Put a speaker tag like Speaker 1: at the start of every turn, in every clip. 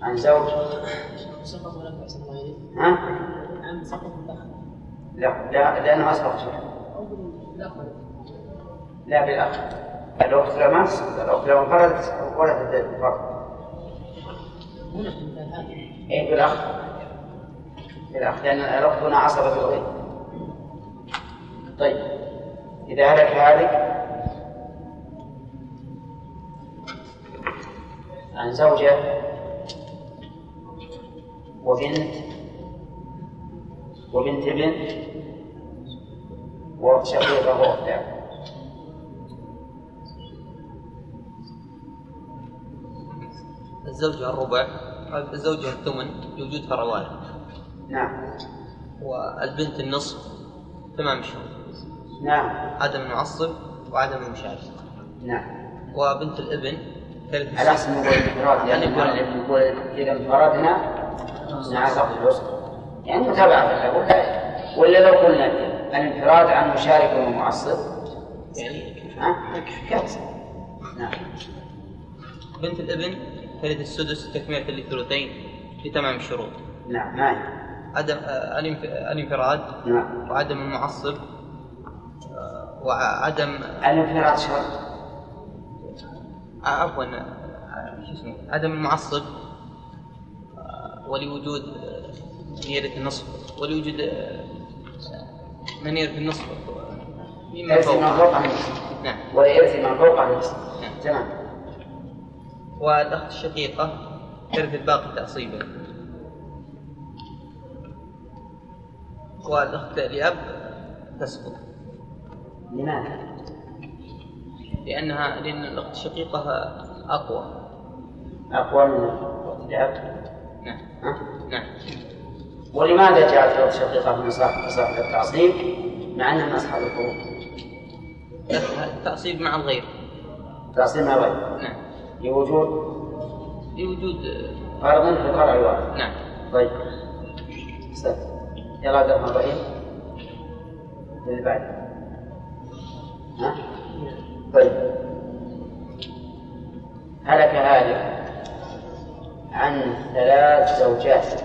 Speaker 1: عن زوج
Speaker 2: سقط ولم يحسن الله اليه
Speaker 1: ها؟
Speaker 2: عن سقط الدخل
Speaker 1: لا لا لأنه أسبق شيء
Speaker 2: او بالدخل
Speaker 1: لا بالأخ الأخت لو ما تسقط الأخت لو انفردت ولدت الفرد
Speaker 2: هنا في المثال هذا
Speaker 1: إيه بالأخ بالأخ لأن الأخت هنا عصبت الغير طيب إذا هلك هالك عن زوجة وبنت وبنت بنت وأخت شقيقة وأخت عم.
Speaker 3: الزوجة الربع الزوجة الثمن بوجودها رواتب
Speaker 1: نعم
Speaker 3: والبنت النصف ثمان شهور
Speaker 1: نعم
Speaker 3: عدم المعصب وعدم المشارك
Speaker 1: نعم
Speaker 3: وبنت الابن ثلث
Speaker 1: على حسب نقول الانفراد لأن
Speaker 3: أنا
Speaker 1: المؤلف
Speaker 3: أقول.
Speaker 1: يعني يقول إذا انفردنا نعزق نعم، الوسط يعني متابعة له ولا ولا لو قلنا الانفراد عن مشارك ومعصب
Speaker 3: يعني
Speaker 1: ها كفى نعم
Speaker 3: بنت الابن ثلث السدس تكملة للثلثين بتمام الشروط
Speaker 1: نعم ما هي؟
Speaker 3: عدم آه، الانف- الانفراد
Speaker 1: نعم
Speaker 3: وعدم المعصب آه، وعدم
Speaker 1: الانفراد شرط
Speaker 3: آه، عفوا آه، شو اسمه عدم المعصب آه، ولوجود آه، نيرة النصف ولوجود آه، آه، منيرة النصف مما
Speaker 1: ليس من
Speaker 3: فوق
Speaker 1: فوق النصف
Speaker 3: نعم
Speaker 1: ويرث من فوق النصف
Speaker 3: نعم.
Speaker 1: تمام
Speaker 3: والأخت الشقيقة ترث الباقي تعصيبا والأخت لأب تسقط
Speaker 1: لماذا؟
Speaker 3: لأنها لأن الأخت الشقيقة أقوى
Speaker 1: أقوى من الأب
Speaker 3: نعم
Speaker 1: ها؟
Speaker 3: نعم
Speaker 1: ولماذا جعلت الأرض شقيقة من صاحب صاحب التعصيب مع أنهم أصحاب الفروض؟
Speaker 3: التعصيب مع الغير
Speaker 1: تعصيب ما بين
Speaker 3: نعم
Speaker 1: لوجود
Speaker 3: لوجود آه،
Speaker 1: فرض في الفرع الواحد
Speaker 3: نعم
Speaker 1: طيب أحسنت. يلا عبد الرحمن الرحيم اللي بعد ها طيب هلك هالك عن ثلاث زوجات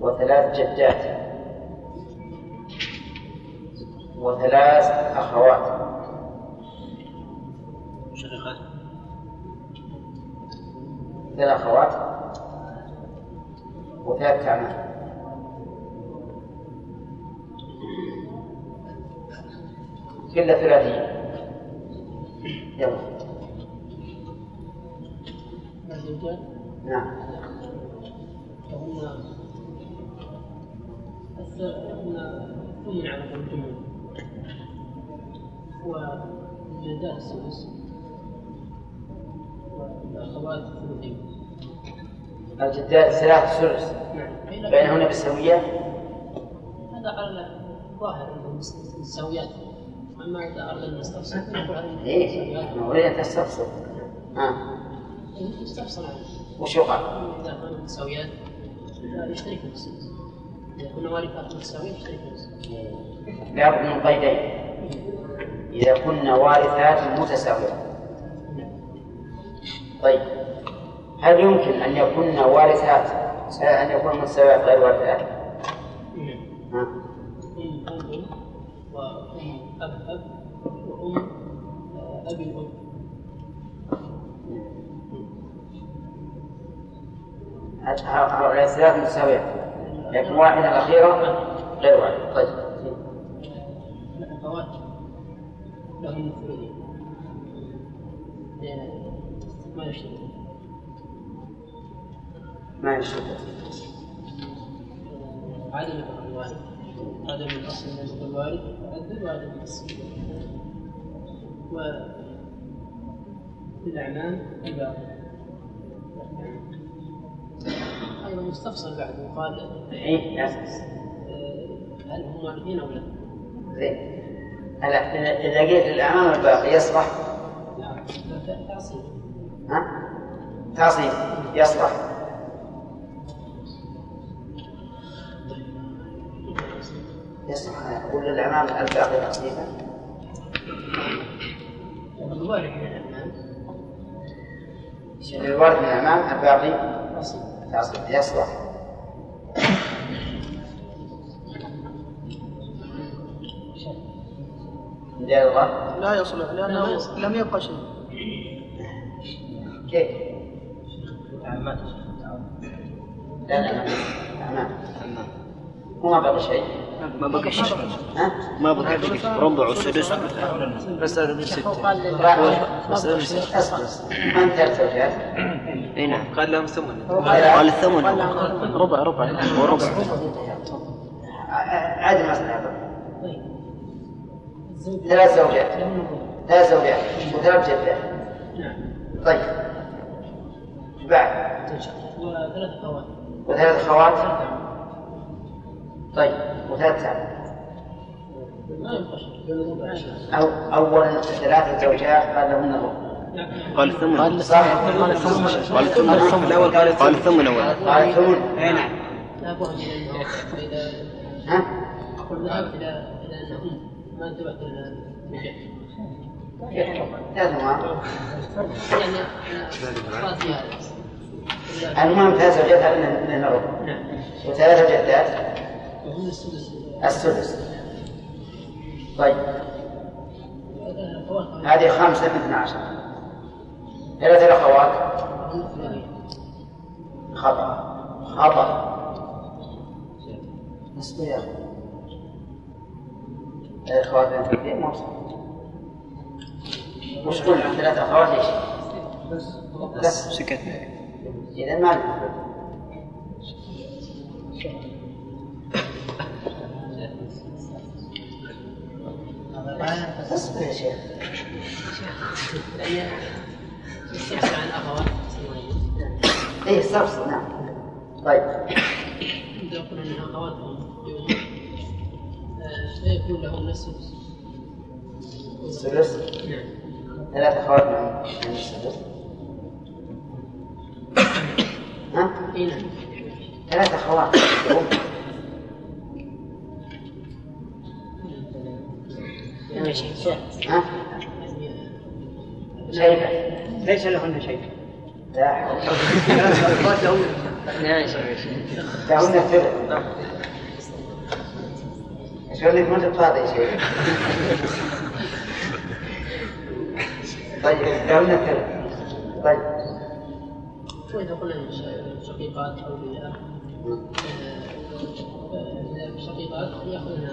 Speaker 1: وثلاث جدات وثلاث أخوات
Speaker 3: شقيقات
Speaker 1: ثلاث أخوات وثلاث أعمام كلها ثلاثية يلا
Speaker 2: الزوجات
Speaker 1: نعم
Speaker 2: فهن هن ثمن على الجمهور والجدات السدس والاخوات الثلثين
Speaker 1: الجدات ثلاث ثلث
Speaker 2: نعم
Speaker 1: بينهن بالسوية
Speaker 2: هذا على الظاهر انه السويات اما اذا اردنا نستفسر فنقول على
Speaker 1: إيه
Speaker 2: السويات
Speaker 1: ما أريد أن تستفسر ها
Speaker 2: يستفسر عنه
Speaker 1: وش يقال؟
Speaker 2: اما اذا كانوا متساويات لا يشتركوا في السدس اذا كنا والفات متساويين يشتركوا في السدس
Speaker 1: لابد من قيدين إذا كن وارثات متساويات طيب هل يمكن أن يكن وارثات أن يكون متساويات غير وارثات؟
Speaker 2: نعم
Speaker 1: ها؟
Speaker 2: ام ام وام اب اب وام آه، ابي ام
Speaker 1: هؤلاء الثلاث متساويات لكن واحدة الأخيرة غير واحدة طيب
Speaker 2: الاخوات لهم الثلثين لأن ما يشتركون
Speaker 1: ما يشوف
Speaker 2: آه، عدم يكون الوالد عدم الاصل من يكون الوالد وعدم وعدم الاصل و في الاعمام الباقي ايضا مستفصل بعد وقال آه،
Speaker 1: إيه ناس.
Speaker 2: هل هم وارثين او لا؟
Speaker 1: زين هلا إذا- إذا جيت للأمام الباقي يصلح
Speaker 2: لا لا تعصيب
Speaker 1: ها؟ تعصيب يصلح يصلح ولا الأمام الباقي تعصيبا؟
Speaker 2: الوارث من الامام
Speaker 1: الورد من الأمام الباقي
Speaker 2: أصل
Speaker 1: يصلح- يصلح بداية الله
Speaker 4: لا يصلح
Speaker 2: لا
Speaker 4: لأنه
Speaker 2: يصلح.
Speaker 4: لم يبقى شيء
Speaker 1: كيف؟
Speaker 2: عمات
Speaker 1: لا لا لا أمام أمام هو ما بقي شيء
Speaker 5: ما بقى شيء
Speaker 1: ها؟
Speaker 5: ما بقى شيء ربع وسدس مسألة من
Speaker 4: الشيخ
Speaker 5: ستة
Speaker 4: قال لل-
Speaker 1: راح-
Speaker 5: مسألة من ستة
Speaker 1: اصبر اصبر. ما انتهت زوجات
Speaker 5: اي نعم
Speaker 3: قال لهم سمون
Speaker 5: قال الثمن
Speaker 4: قال لهم.
Speaker 5: ربع ربع وربع
Speaker 1: عدم أصلح
Speaker 2: طيب الزوج
Speaker 1: ثلاث زوجات
Speaker 2: لم نقل
Speaker 1: ثلاث زوجات وثلاث جدات
Speaker 2: نعم
Speaker 1: طيب بعد
Speaker 2: وثلاث خوات
Speaker 1: وثلاث خوات طيب وثلاث سعد
Speaker 2: ما يبقى شيء
Speaker 1: أو أولا ثلاث زوجات قال لهن الربع
Speaker 5: قال الثمن قال
Speaker 1: صح
Speaker 5: الثمن الأول قال الثمن أول
Speaker 1: قال ثمن
Speaker 3: اي نعم
Speaker 2: لا بد من أنه فإذا
Speaker 1: ها
Speaker 2: قل ذهب إلى إلى أنهم ما انتبهت إلى النكاح.
Speaker 1: لا ثمن
Speaker 2: يعني أنا أخطأت في هذا إلا-
Speaker 1: المهم ثلاث زوجات لهن لهن الربع
Speaker 2: نعم
Speaker 1: وثلاث جدات
Speaker 2: وهم السدس
Speaker 1: السدس طيب
Speaker 2: خوات
Speaker 1: هذه خمسة من 12 ثلاث الأخوات
Speaker 2: هم ثمانية
Speaker 1: خطأ خطأ اصبر يا أخي ثلاث أخوات بنت اثنين ما وصل. وش قلنا ثلاث أخوات إيش؟ بس
Speaker 5: سكتنا
Speaker 1: إذا ما لنا. اصبر يا شيخ
Speaker 2: لأن يستحسن عن أخوات ثمانية
Speaker 1: إيه صفصف نعم طيب
Speaker 2: إذا قلنا أن أخواتهم يوم لا يكون لهم نفس
Speaker 1: السدس
Speaker 2: نعم
Speaker 1: ثلاث أخوات من من السدس ها؟
Speaker 2: أي نعم
Speaker 1: ثلاث أخوات
Speaker 2: يعني شيء
Speaker 1: ها؟ شيبة
Speaker 5: ليس لهن شيء
Speaker 1: لا حول دعونا الثلث شو انك ما انت فاضي شيء طيب دعونا الثلث طيب
Speaker 2: وإذا قلنا شقيقات أو لأب الشقيقات يأخذن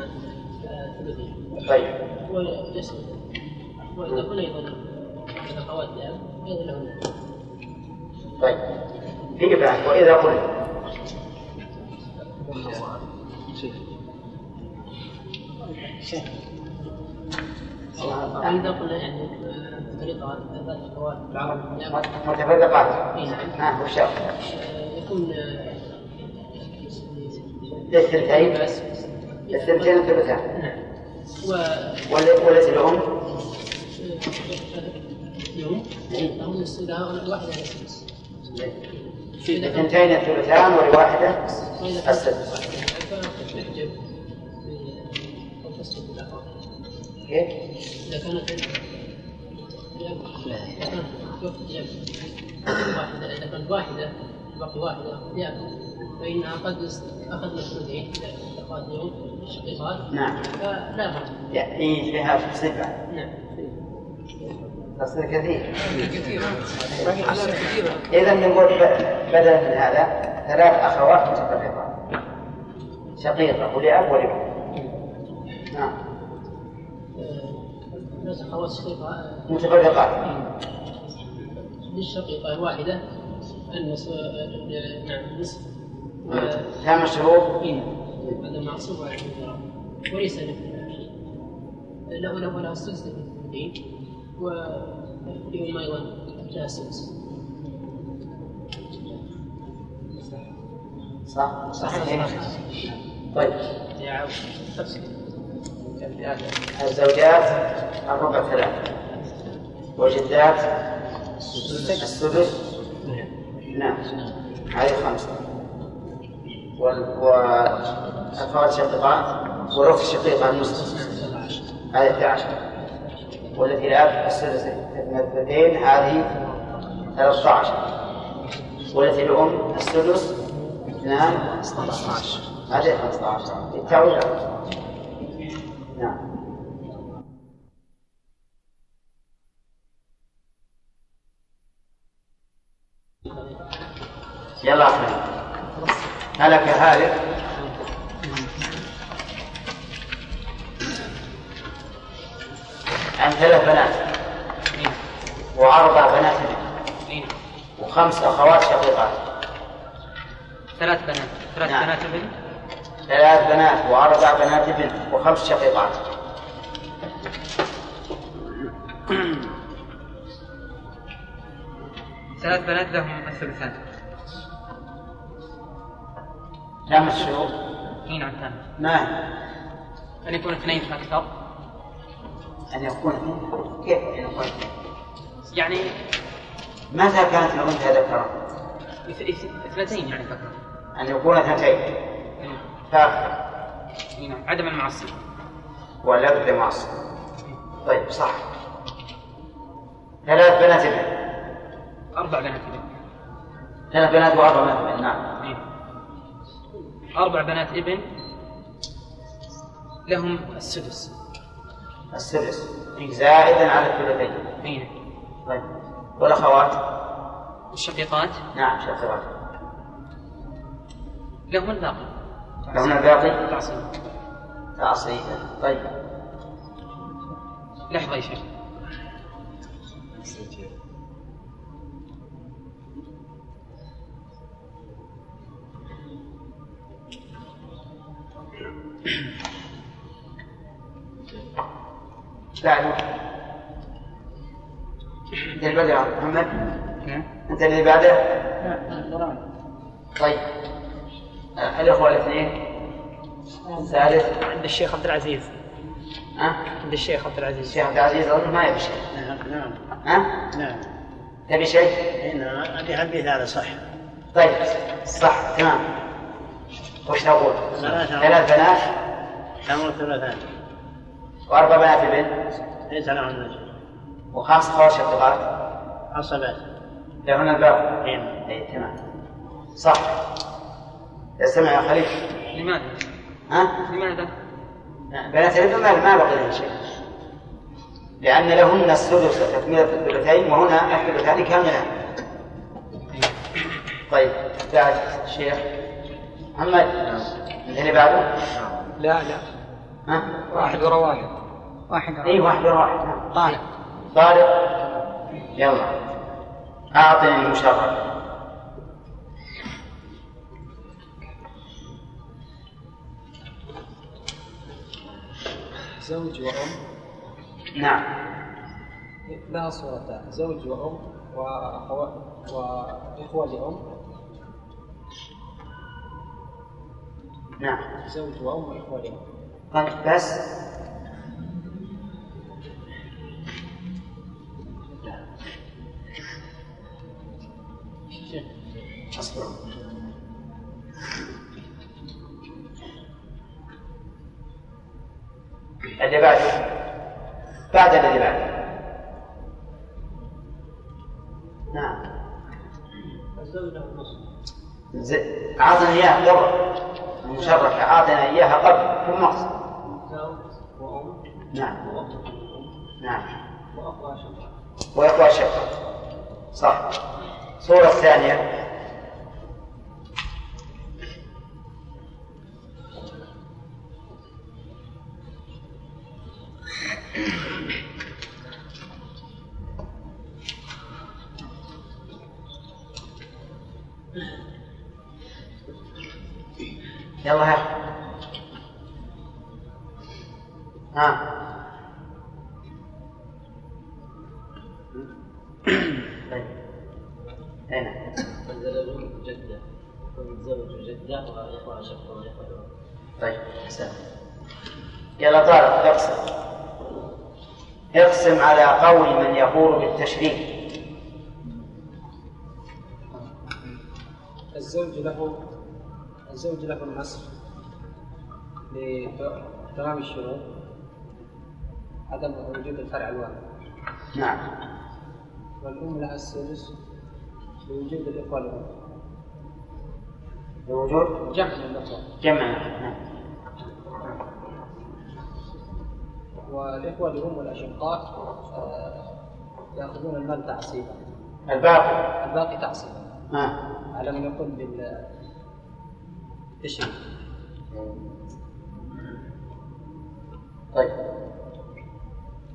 Speaker 2: آه، ثلثين
Speaker 1: طيب
Speaker 2: ويسلم وإذا قلنا أيضا الأخوات لأب أيضا لهن
Speaker 1: طيب في بعد واذا قلنا
Speaker 2: وإذا قلنا يعني آه، طريقة ذات الأخوات العرب لأب
Speaker 1: متفرقات
Speaker 2: أي نعم
Speaker 1: ها وشو
Speaker 2: آه، يكون آه،
Speaker 1: للثلثين
Speaker 2: بس
Speaker 1: الثلثين الثلثان
Speaker 2: نعم و
Speaker 1: ولا ولا الام
Speaker 2: يوم هم السوداء واحدة السدس
Speaker 1: الاثنتين الثلثان والواحدة
Speaker 2: إيه.
Speaker 1: السدس كيف؟
Speaker 2: إذا كانت إذا كانت وقت جمع واحدة إذا كانت واحدة بقي واحدة لأب فإنها قد أخذنا الثلثين أخذنا يوم الشقيقات
Speaker 1: نعم
Speaker 2: فلا فرق
Speaker 1: يعني فيها صفة
Speaker 2: نعم
Speaker 1: تصل كثير
Speaker 2: على كثيرة
Speaker 1: إذا نقول ب- بدلا من هذا ثلاث أخوات متفرقات شقيقة ولأب ولأم نعم
Speaker 2: الناس أخوات الشقيقة
Speaker 1: متفرقات
Speaker 2: للشقيقة الواحدة النصف نعم النصف
Speaker 1: ثمان شهور
Speaker 2: هذا معصوب على الفراغ وليس له له له له السدس للدين ولهم أيضا لها السدس
Speaker 1: صح صحيح طيب الزوجات الربع ثلاثة والجدات السدس نعم هذه خمسة وال- والأخوات الشقيقات والأخت الشقيقة النصف هذه 11 والتي الأب السدس الاثنتين هذه 13 والتي الأم السدس نعم
Speaker 2: 15
Speaker 1: هذه 15 التعويض نعم يلا أحمد هلك هالك عن ثلاث بنات وأربع بنات منه
Speaker 4: اي نعم.
Speaker 1: وخمس أخوات شقيقات
Speaker 4: ثلاث بنات ثلاث
Speaker 1: نعم.
Speaker 4: بنات ابن
Speaker 1: ثلاث بنات وأربع بنات ابن وخمس شقيقات
Speaker 4: ثلاث بنات لهم الثلثان
Speaker 1: كم الشروط؟
Speaker 4: اي نعم تمام
Speaker 1: ما هي؟
Speaker 4: ان يكون اثنين فاكثر
Speaker 1: أن يكون اثنين؟ كيف أن يكون اثنين؟
Speaker 4: يعني
Speaker 1: متى كانت الأنثى ذكرا؟
Speaker 4: اث- اث- اثنتين يعني فاكثر
Speaker 1: أن يكون اثنتين
Speaker 4: اي نعم.
Speaker 1: فاخر
Speaker 4: اي نعم عدم المعصيه
Speaker 1: ولبث معصر طيب صح ثلاث بنات ابن
Speaker 4: اربع بنات
Speaker 6: إيه؟
Speaker 4: ابن
Speaker 1: ثلاث بنات وأربع بنات ابن نعم
Speaker 4: اي اربع بنات ابن لهم السدس
Speaker 1: السدس زائدا على الثلثين
Speaker 4: اي نعم
Speaker 1: طيب والأخوات
Speaker 4: الشقيقات
Speaker 1: نعم شقيقات
Speaker 4: لهم الباقي
Speaker 1: لهن الباقي
Speaker 4: تعصيب
Speaker 1: تعصيبا طيب
Speaker 4: لحظه يا شيخ
Speaker 1: بعد انت اللي بعده يا محمد
Speaker 4: نعم
Speaker 1: انت اللي بعده طيب آه، الاخوه الاثنين الثالث
Speaker 6: عند الشيخ عبد العزيز
Speaker 1: ها
Speaker 6: عند الشيخ عبد العزيز
Speaker 1: الشيخ عبد العزيز اظن ما يبي شيء
Speaker 6: نعم نعم
Speaker 1: ها
Speaker 6: نعم
Speaker 1: تبي شيء؟
Speaker 6: هنا ابي حديث هذا صح
Speaker 1: طيب صح تمام وش نقول؟
Speaker 6: ثلاثة.
Speaker 1: ثلاث بنات
Speaker 6: حمر ثلاثان
Speaker 1: واربع بنات ابن
Speaker 6: ليس لهم نجم
Speaker 1: وخمس اخوات شقيقات
Speaker 6: عصبات
Speaker 1: لهن الباب
Speaker 5: إيه.
Speaker 6: نعم
Speaker 1: اي تمام صح استمع يا خليل
Speaker 4: لماذا؟
Speaker 1: ها؟
Speaker 4: لماذا؟
Speaker 1: بنات الابن ما ما بقي لهم شيء لأن لهن السدس تكملة الثلثين وهنا الثلثان كاملان طيب بعد شيخ محمد انت اللي بعده؟
Speaker 7: نعم. لا لا
Speaker 1: ها؟
Speaker 7: واحد ورواه
Speaker 4: واحد
Speaker 1: اي واحد ورا واحد نعم.
Speaker 7: طالب
Speaker 1: طارق يلا أعطني المشرف
Speaker 7: زوج وام
Speaker 1: نعم
Speaker 7: لها صورتان زوج وام واخوات واخوه لام
Speaker 1: نعم
Speaker 7: زوج وام واخوه لام
Speaker 1: طيب بس أصبر اللي بعده بعد اللي بعده نعم
Speaker 2: الزوجة والنصف
Speaker 1: زين. أعطنا إياها قبل المشرفة أعطنا إياها قبل ثم أقصد
Speaker 2: زوج وأم
Speaker 1: نعم نعم
Speaker 2: وأخوة شقيقة
Speaker 1: وإخوة شقة صح الصورة الثانية يلا يا أخي. ها طيب هنا
Speaker 2: الزوج جدة والزوج جدة وأخوة شقيقة وأخوة لأم.
Speaker 1: طيب حسن يلا طارق اقسم اقسم على قول من يقول بالتشريك
Speaker 7: الزوج له الزوج له النصر لتمام الشروط عدم وجود الفرع الوارد
Speaker 1: نعم
Speaker 7: والأم لها السدس
Speaker 2: بوجود الإخوة لهم
Speaker 1: بوجود
Speaker 2: جمع الإخوة
Speaker 1: جمع نعم.
Speaker 2: والإخوة لهم والأشقاء آه، يأخذون المال تعصيبا
Speaker 1: الباقي
Speaker 2: الباقي تعصيبا
Speaker 1: ها
Speaker 2: على من يقوم بال بالتشريع
Speaker 1: طيب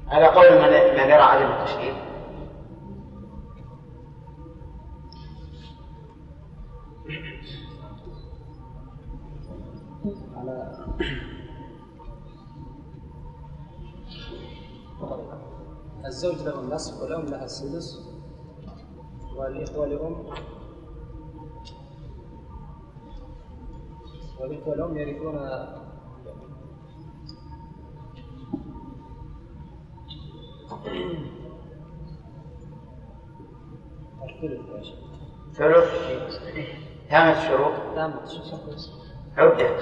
Speaker 1: على قول من من يرى عدم التشريع
Speaker 2: على الزوج له النصف والأم لها السدس والإخوة لأم والإخوة لأم يرثون الثلث يا شيخ
Speaker 1: ثلث ثامن شروط
Speaker 2: تامة الشيخ.
Speaker 1: عدة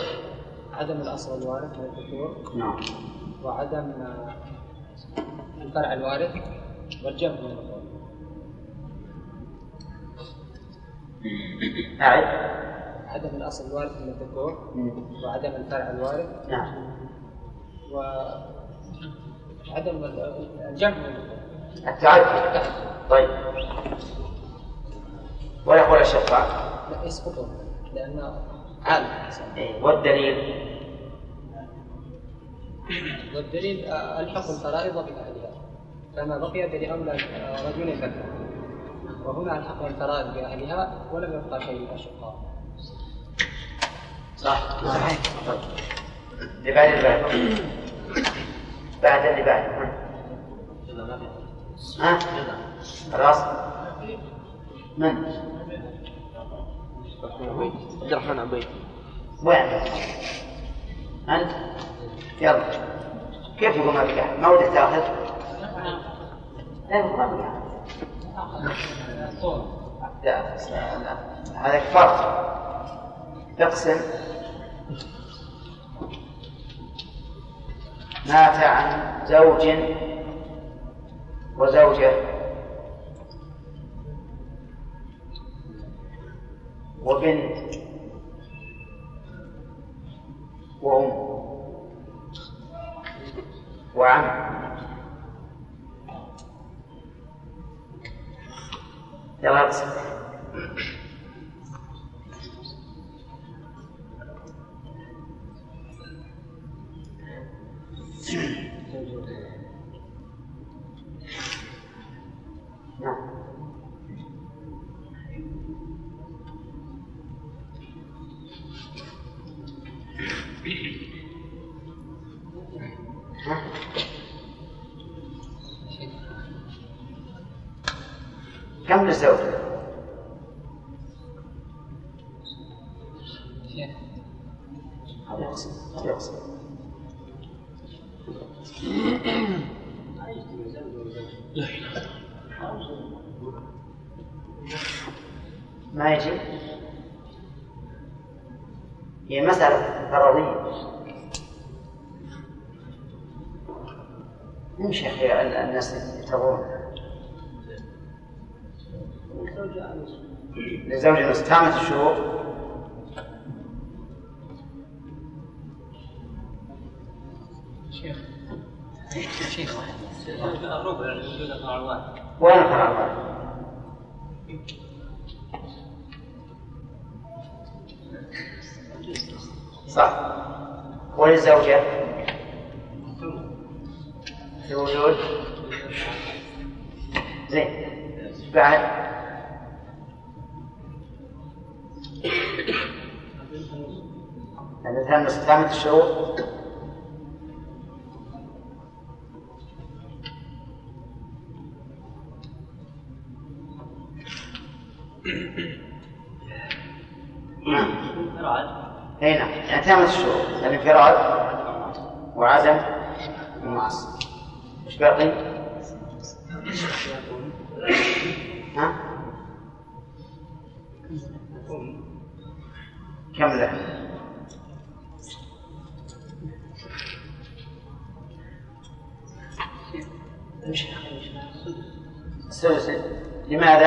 Speaker 2: عدم الأصل الوارث من الذكور
Speaker 1: نعم
Speaker 2: وعدم آه، الفرع الوارث والجمع من الأخوة.
Speaker 1: أعد
Speaker 2: عدم الأصل الوارث من الذكور وعدم الفرع الوارث
Speaker 1: نعم
Speaker 2: وعدم ال- الجمع من الأخوة.
Speaker 1: التعدي طيب ولا ولا شفاء
Speaker 2: لا يسقطون لأن عالم الإنسان.
Speaker 1: إيه، والدليل
Speaker 2: والدليل آه، ألحق الفرائض بأهلها فما بقي فلأولى آه، رجل ذكر وهنا ألحق الفرائض بأهلها ولم يبقى شيء من الأشقاء
Speaker 1: صح صحيح طيب. لبعد البعد بعد اللي بعد ها. ها خلاص من
Speaker 3: عبد الرحمن عبيد
Speaker 1: وين انت يلا كيف يقول ما في أحد؟ ما ودك تاخذ لا يقول ما في أحد. لا لا، لا. هذا فرق تقسم مات عن زوج وزوجة وبنت وأم وعم يلا اقسم نعم كم للزوج؟ هذا يقسم هذا يقسم ما يجي هي مسألة فرضية نمشي يا أخي ال- الناس يتابعون للزوج مستامة الشروط
Speaker 8: شيخ
Speaker 9: شيخ
Speaker 3: الربع وجود الفرع الواحد
Speaker 1: وين القرار؟ صح وللزوجة في وجود زين بعد الإنسان مستلامة الشروط اي نعم يعني ثامن الشروط الانفراد وعدم المعاصي ايش باقي؟ ها؟ كم له؟ مش- السدس لماذا؟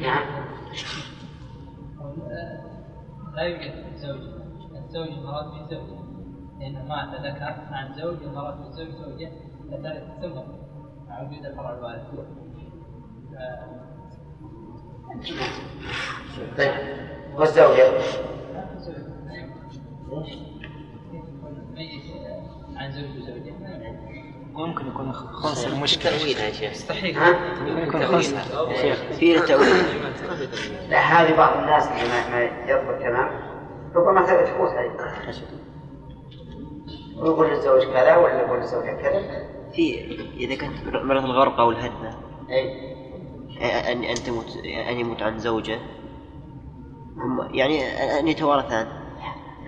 Speaker 1: نعم
Speaker 2: لا يوجد زوج الزوج المراد به زوجة لأنه مات ذكر عن زوج المراد به زوج زوجة فثالث ثم مع وجود الفرع الوارث
Speaker 1: طيب والزوجة
Speaker 2: ميت عن زوج وزوجة ما يمكن.
Speaker 5: ممكن يكون خنصر
Speaker 3: تأويلها يا شيخ
Speaker 2: مستحيل
Speaker 1: ها؟
Speaker 5: يكون خنصر يا شيخ
Speaker 3: فيه تأويل
Speaker 1: لا هذه بعض الناس اللي ما, ما يضبط الكلام ربما ثبت فوت عليه ويقول للزوج كذا ولا يقول للزوجة كذا
Speaker 5: في اذا كانت مرة الغرقة والهدنة
Speaker 1: اي
Speaker 5: أن أن تموت أن يموت عن زوجة هم- يعني أن يتوارثان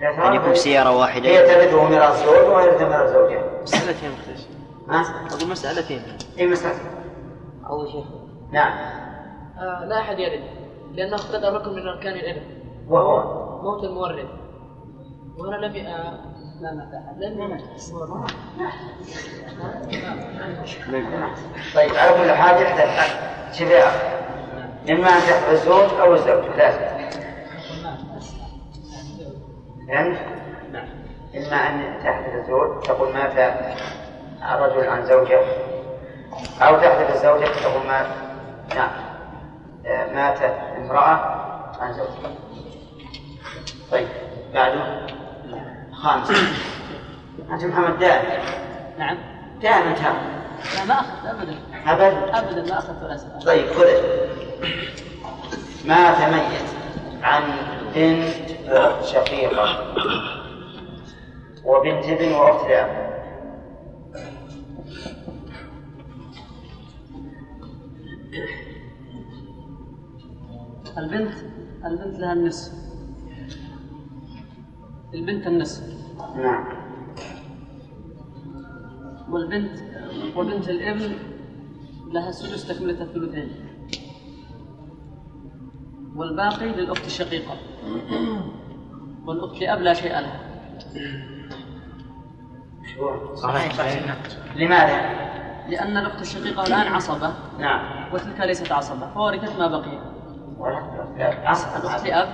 Speaker 1: لا
Speaker 5: أن يكون سيارة واحدة
Speaker 1: هي ترثه ميراث زوج وهي ترثه ميراث زوجها إيه،
Speaker 5: مسألتين مختلفة
Speaker 1: ها؟
Speaker 5: أقول مسألتين
Speaker 1: اي مسألة
Speaker 5: أول شيء
Speaker 1: نعم
Speaker 10: آه لا أحد يرد لأنه اختلى ركن من أركان الإرث
Speaker 1: وهو
Speaker 10: موت المورث وأنا لم ي... آه لا مات أحد لم يمت
Speaker 5: نعم.
Speaker 1: طيب على كل حال يحتاج حق شوف يا أخي اما ان تحفظ الزوج او الزوج لازم فهمت؟ نعم. إما أن تحدث الزوج تقول مات الرجل عن زوجة أو تحدث الزوجة تقول مات نعم آه، ماتت امرأة عن زوجها طيب بعده خامس أنت محمد دائما
Speaker 2: نعم
Speaker 1: دائما تهرب
Speaker 2: لا ما أخذت أبدا
Speaker 1: أبد
Speaker 2: أبدا ما أخذت ولا سؤال
Speaker 1: طيب خذ مات ميت عن بنت شقيقة وبنت ابن وأخت لأب
Speaker 2: البنت البنت لها النصف البنت النصف
Speaker 1: نعم
Speaker 2: والبنت وبنت الابن لها السدس تكملة الثلثين والباقي للأخت الشقيقة والأخت لأب لا شيء لها
Speaker 1: شو؟ لماذا؟
Speaker 2: لأن الأخت الشقيقة الآن عصبة
Speaker 1: نعم
Speaker 2: وتلك ليست عصبة فورثت ما بقي
Speaker 1: ولا- لا، عصبت
Speaker 2: الأخت
Speaker 1: عصبت-
Speaker 2: لأب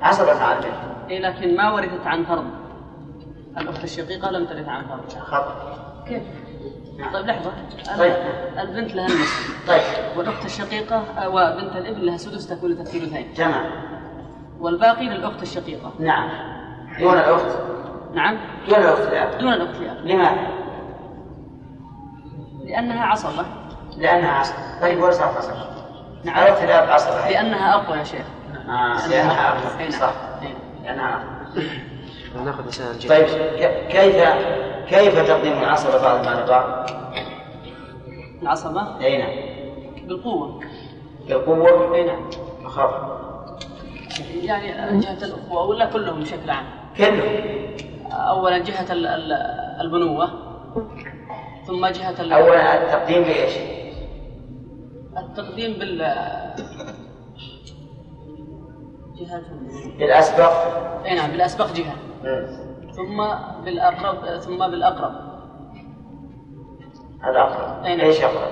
Speaker 1: عصبت على البنت
Speaker 2: إيه لكن ما ورثت عن فرض الأخت الشقيقة لم ترث عن فرض
Speaker 1: خطأ
Speaker 2: كيف؟ طيب لحظة
Speaker 1: طيب.
Speaker 2: البنت لها النصف
Speaker 1: طيب
Speaker 2: والأخت الشقيقة آه، وبنت الابن لها سدس تكملة الثلثين
Speaker 1: تمام
Speaker 2: والباقي للأخت الشقيقة
Speaker 1: نعم دون الأخت
Speaker 2: نعم
Speaker 1: دون الأخت لأب
Speaker 2: دون الأخت لأب
Speaker 1: لماذا؟
Speaker 2: لأنها عصبة
Speaker 1: لأنها عصبت طيب وليس عصبت
Speaker 2: نعم
Speaker 1: الأخت لأب عصبت
Speaker 2: لأنها أقوى يا شيخ
Speaker 1: آه، لأنها
Speaker 2: أي
Speaker 1: عصبت
Speaker 2: نعم.
Speaker 1: صح
Speaker 2: أي نعم.
Speaker 1: لأنها عصبت
Speaker 5: ناخذ مثال جيد
Speaker 1: طيب ك- كيف كيف تقديم العصبة بعض ما لبعض؟
Speaker 2: العصبة
Speaker 1: أي نعم
Speaker 2: بالقوة
Speaker 1: بالقوة
Speaker 2: أي نعم
Speaker 1: أخف
Speaker 2: يعني جهة الأخوة ولا كلهم بشكل عام
Speaker 1: كله
Speaker 2: أولا جهة ال- ال- البنوة ثم جهة ال-
Speaker 1: أولا التقديم بإيش؟
Speaker 2: التقديم بال جهة
Speaker 1: بالأسبق
Speaker 2: أي نعم بالأسبق جهة
Speaker 1: مم.
Speaker 2: ثم بالأقرب ثم بالأقرب
Speaker 1: الأقرب
Speaker 2: أي نعم.
Speaker 1: إيش أقرب؟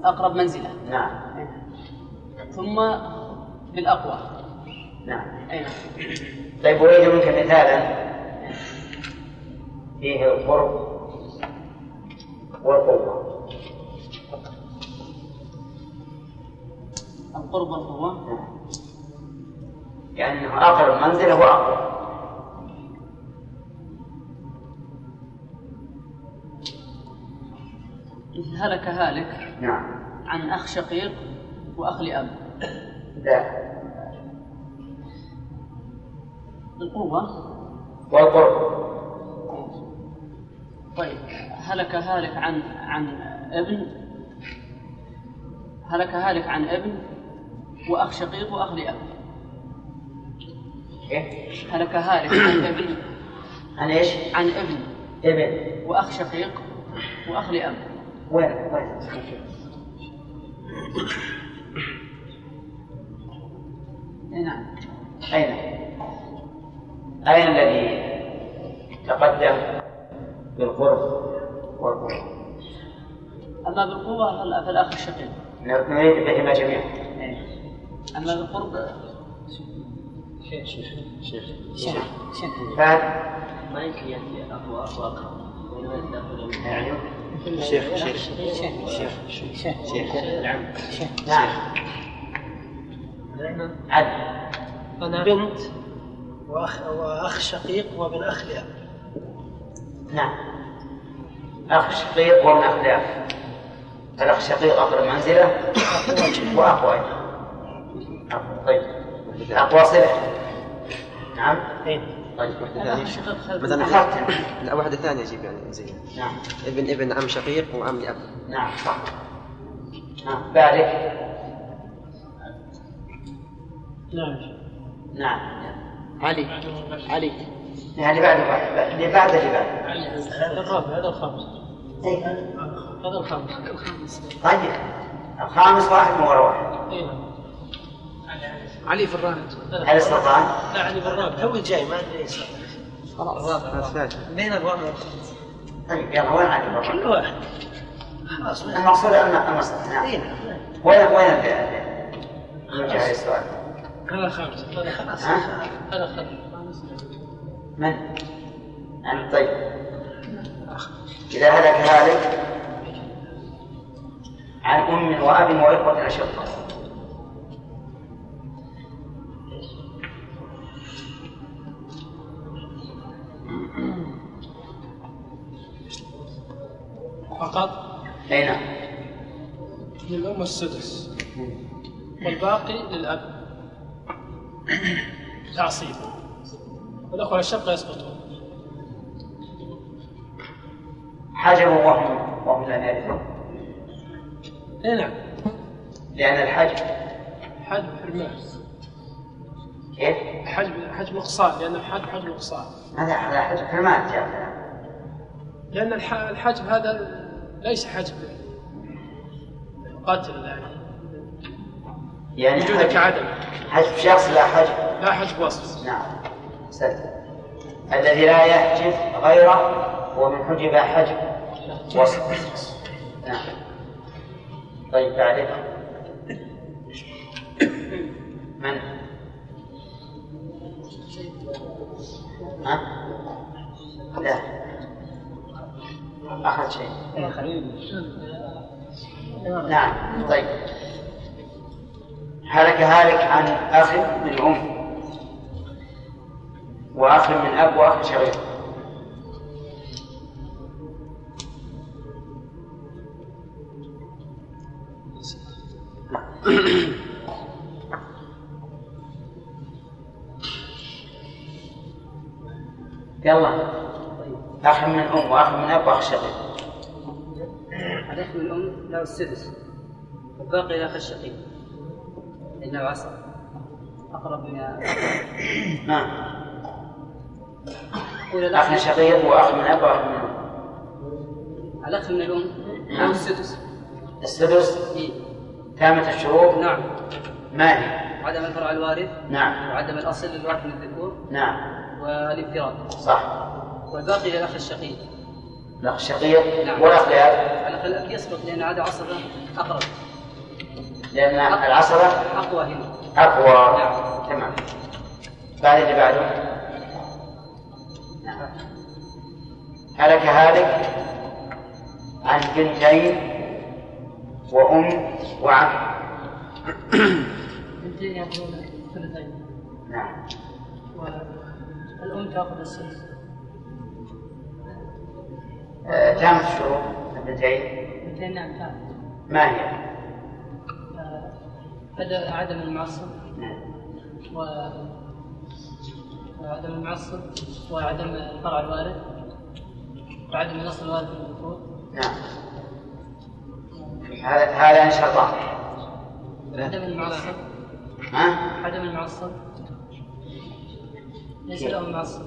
Speaker 2: الأقرب منزلة
Speaker 1: نعم
Speaker 2: ثم بالأقوى
Speaker 1: نعم
Speaker 2: أي نعم
Speaker 1: طيب أريد منك مثالا فيه القرب والقوة
Speaker 2: القرب والقوة
Speaker 1: نعم. يعني أنه أقرب منزلة هو أقرب
Speaker 2: إذ هلك هالك
Speaker 1: نعم
Speaker 2: عن أخ شقيق وأخ لأب
Speaker 1: لا
Speaker 2: القوة
Speaker 1: والقرب
Speaker 2: طيب. هلك هالك عن عن ابن هلك هالك عن ابن واخ شقيق واخ لاب
Speaker 1: إيه؟
Speaker 2: هلك هالك عن ابن
Speaker 1: عن إيه، ايش؟
Speaker 2: عن ابن
Speaker 1: ابن
Speaker 2: واخ شقيق واخ لاب
Speaker 1: وين وين؟
Speaker 2: إي نعم
Speaker 1: أين؟ أين الذي تقدم بالقرب والقرب؟
Speaker 2: اما بالقوه فال- فالاخ الشقيق
Speaker 1: نريد بهما جميعا.
Speaker 2: اما بالقرب شيخ شيخ
Speaker 1: فهد
Speaker 11: ما يمكن ياتي اقوى واقرب بينما يتداخلون
Speaker 1: يعني
Speaker 3: شيخ شيخ
Speaker 2: شيخ
Speaker 3: شيخ
Speaker 1: نعم نعم عد
Speaker 12: بنت واخ واخ شقيق وابن اخ لاب
Speaker 1: نعم أخ شقيق ومن أخلاف الأخ الشقيق أقرب منزلة وأقوى أيضا أقوى. طيب أقوى صلة نعم
Speaker 12: اين؟
Speaker 1: طيب
Speaker 3: واحدة ثانية مثلا
Speaker 1: أخذت
Speaker 3: لا واحدة ثانية أجيب يعني زيها
Speaker 1: نعم
Speaker 3: ابن ابن عم شقيق وعم لأب
Speaker 1: نعم صح نعم بارك
Speaker 12: نعم
Speaker 1: نعم
Speaker 3: علي علي
Speaker 1: يعني اللي بعده بعد اللي بعده اللي بعده
Speaker 12: هذا الرابع هذا الخامس
Speaker 1: إيه.
Speaker 12: هذا الخامس
Speaker 1: طيب الخامس واحد من ورا واحد
Speaker 12: اي نعم
Speaker 13: علي في الرابع
Speaker 1: هل استطاع؟
Speaker 12: لا علي بالرابع هو الجاي ما ادري ايش
Speaker 13: بين الرابع والخامس
Speaker 1: طيب يلا وين علي برا؟
Speaker 12: كل واحد خلاص ما-
Speaker 1: المقصود أن المصدر
Speaker 12: اي
Speaker 1: نعم
Speaker 12: نعم
Speaker 1: وين وين ال- ال- نرجع للسؤال
Speaker 13: هذا الخامس
Speaker 12: هذا خلاص
Speaker 1: ها؟
Speaker 12: هذا خلاص
Speaker 1: من؟ أنت طيب إذا هلك هالك عن أم وأب وإخوة أشقة
Speaker 13: فقط
Speaker 1: أي نعم
Speaker 13: للأم السدس والباقي للأب تعصيب والأخوة الشقة يسقطون
Speaker 1: حجم وهم وهم لم يرثون
Speaker 13: إي نعم
Speaker 1: لأن الحجم
Speaker 13: حجم حرمان
Speaker 1: كيف؟
Speaker 13: حجم حجم اقصاء لأن الحجم حجم اقصاء
Speaker 1: ماذا هذا حجم حرمان جاء
Speaker 13: لأن الح- الحجم هذا ليس حجم قتل يعني
Speaker 1: يعني
Speaker 13: وجودك
Speaker 1: حجم-
Speaker 13: عدم
Speaker 1: حجم شخص لا حجم
Speaker 13: لا حجم وصف
Speaker 1: نعم أحسنت الذي لا يحجب غيره ومن حجب حجب وصف نعم طيب بعدين من؟ ها؟ لا أخذ شيء نعم طيب هلك هالك عن أخ من أم وأخ من أب وأخ شقيق يلا أخ من أم وأخ من أب وأخ شقيق
Speaker 2: الأخ من الأم له السدس والباقي الأخ الشقيق لأنه عصب أقرب من
Speaker 1: نعم
Speaker 2: قول
Speaker 1: أخ من شقيق وأخ من أب وأخ من أم
Speaker 2: الأخ من الأم
Speaker 1: نعم.
Speaker 2: السدس إيه.
Speaker 1: السدس تامة الشروط
Speaker 2: نعم
Speaker 1: ما هي؟
Speaker 2: عدم الفرع الوارث
Speaker 1: نعم
Speaker 2: وعدم الأصل للوارث من الذكور
Speaker 1: نعم
Speaker 2: والانفراد
Speaker 1: صح
Speaker 2: والباقي للأخ الشقيق
Speaker 1: الأخ الشقيق
Speaker 2: نعم.
Speaker 1: والأخ لأب
Speaker 2: الأخ الأب يسقط لأن عدا عصبة أقرب
Speaker 1: لأن العصبة
Speaker 2: أقوى هنا
Speaker 1: أقوى
Speaker 2: نعم.
Speaker 1: تمام بعد اللي بعده نعم. هلك هالك عن بنتين وأم وعم
Speaker 14: بنتين ياخذون الثلثين
Speaker 1: نعم
Speaker 14: والام تاخذ السدس
Speaker 1: آه، تامة الشروط البنتين
Speaker 14: بنتين نعم تاخذ
Speaker 1: ما هي؟
Speaker 14: هذا عدم المعصب
Speaker 1: نعم.
Speaker 14: و وعدم المعصب وعدم الفرع الوارث
Speaker 2: بعد ما نص الوالد من الفروض
Speaker 1: نعم هذا هذان شرطان
Speaker 2: عدم المعصب
Speaker 1: ها؟
Speaker 2: عدم المعصب ليس له معصب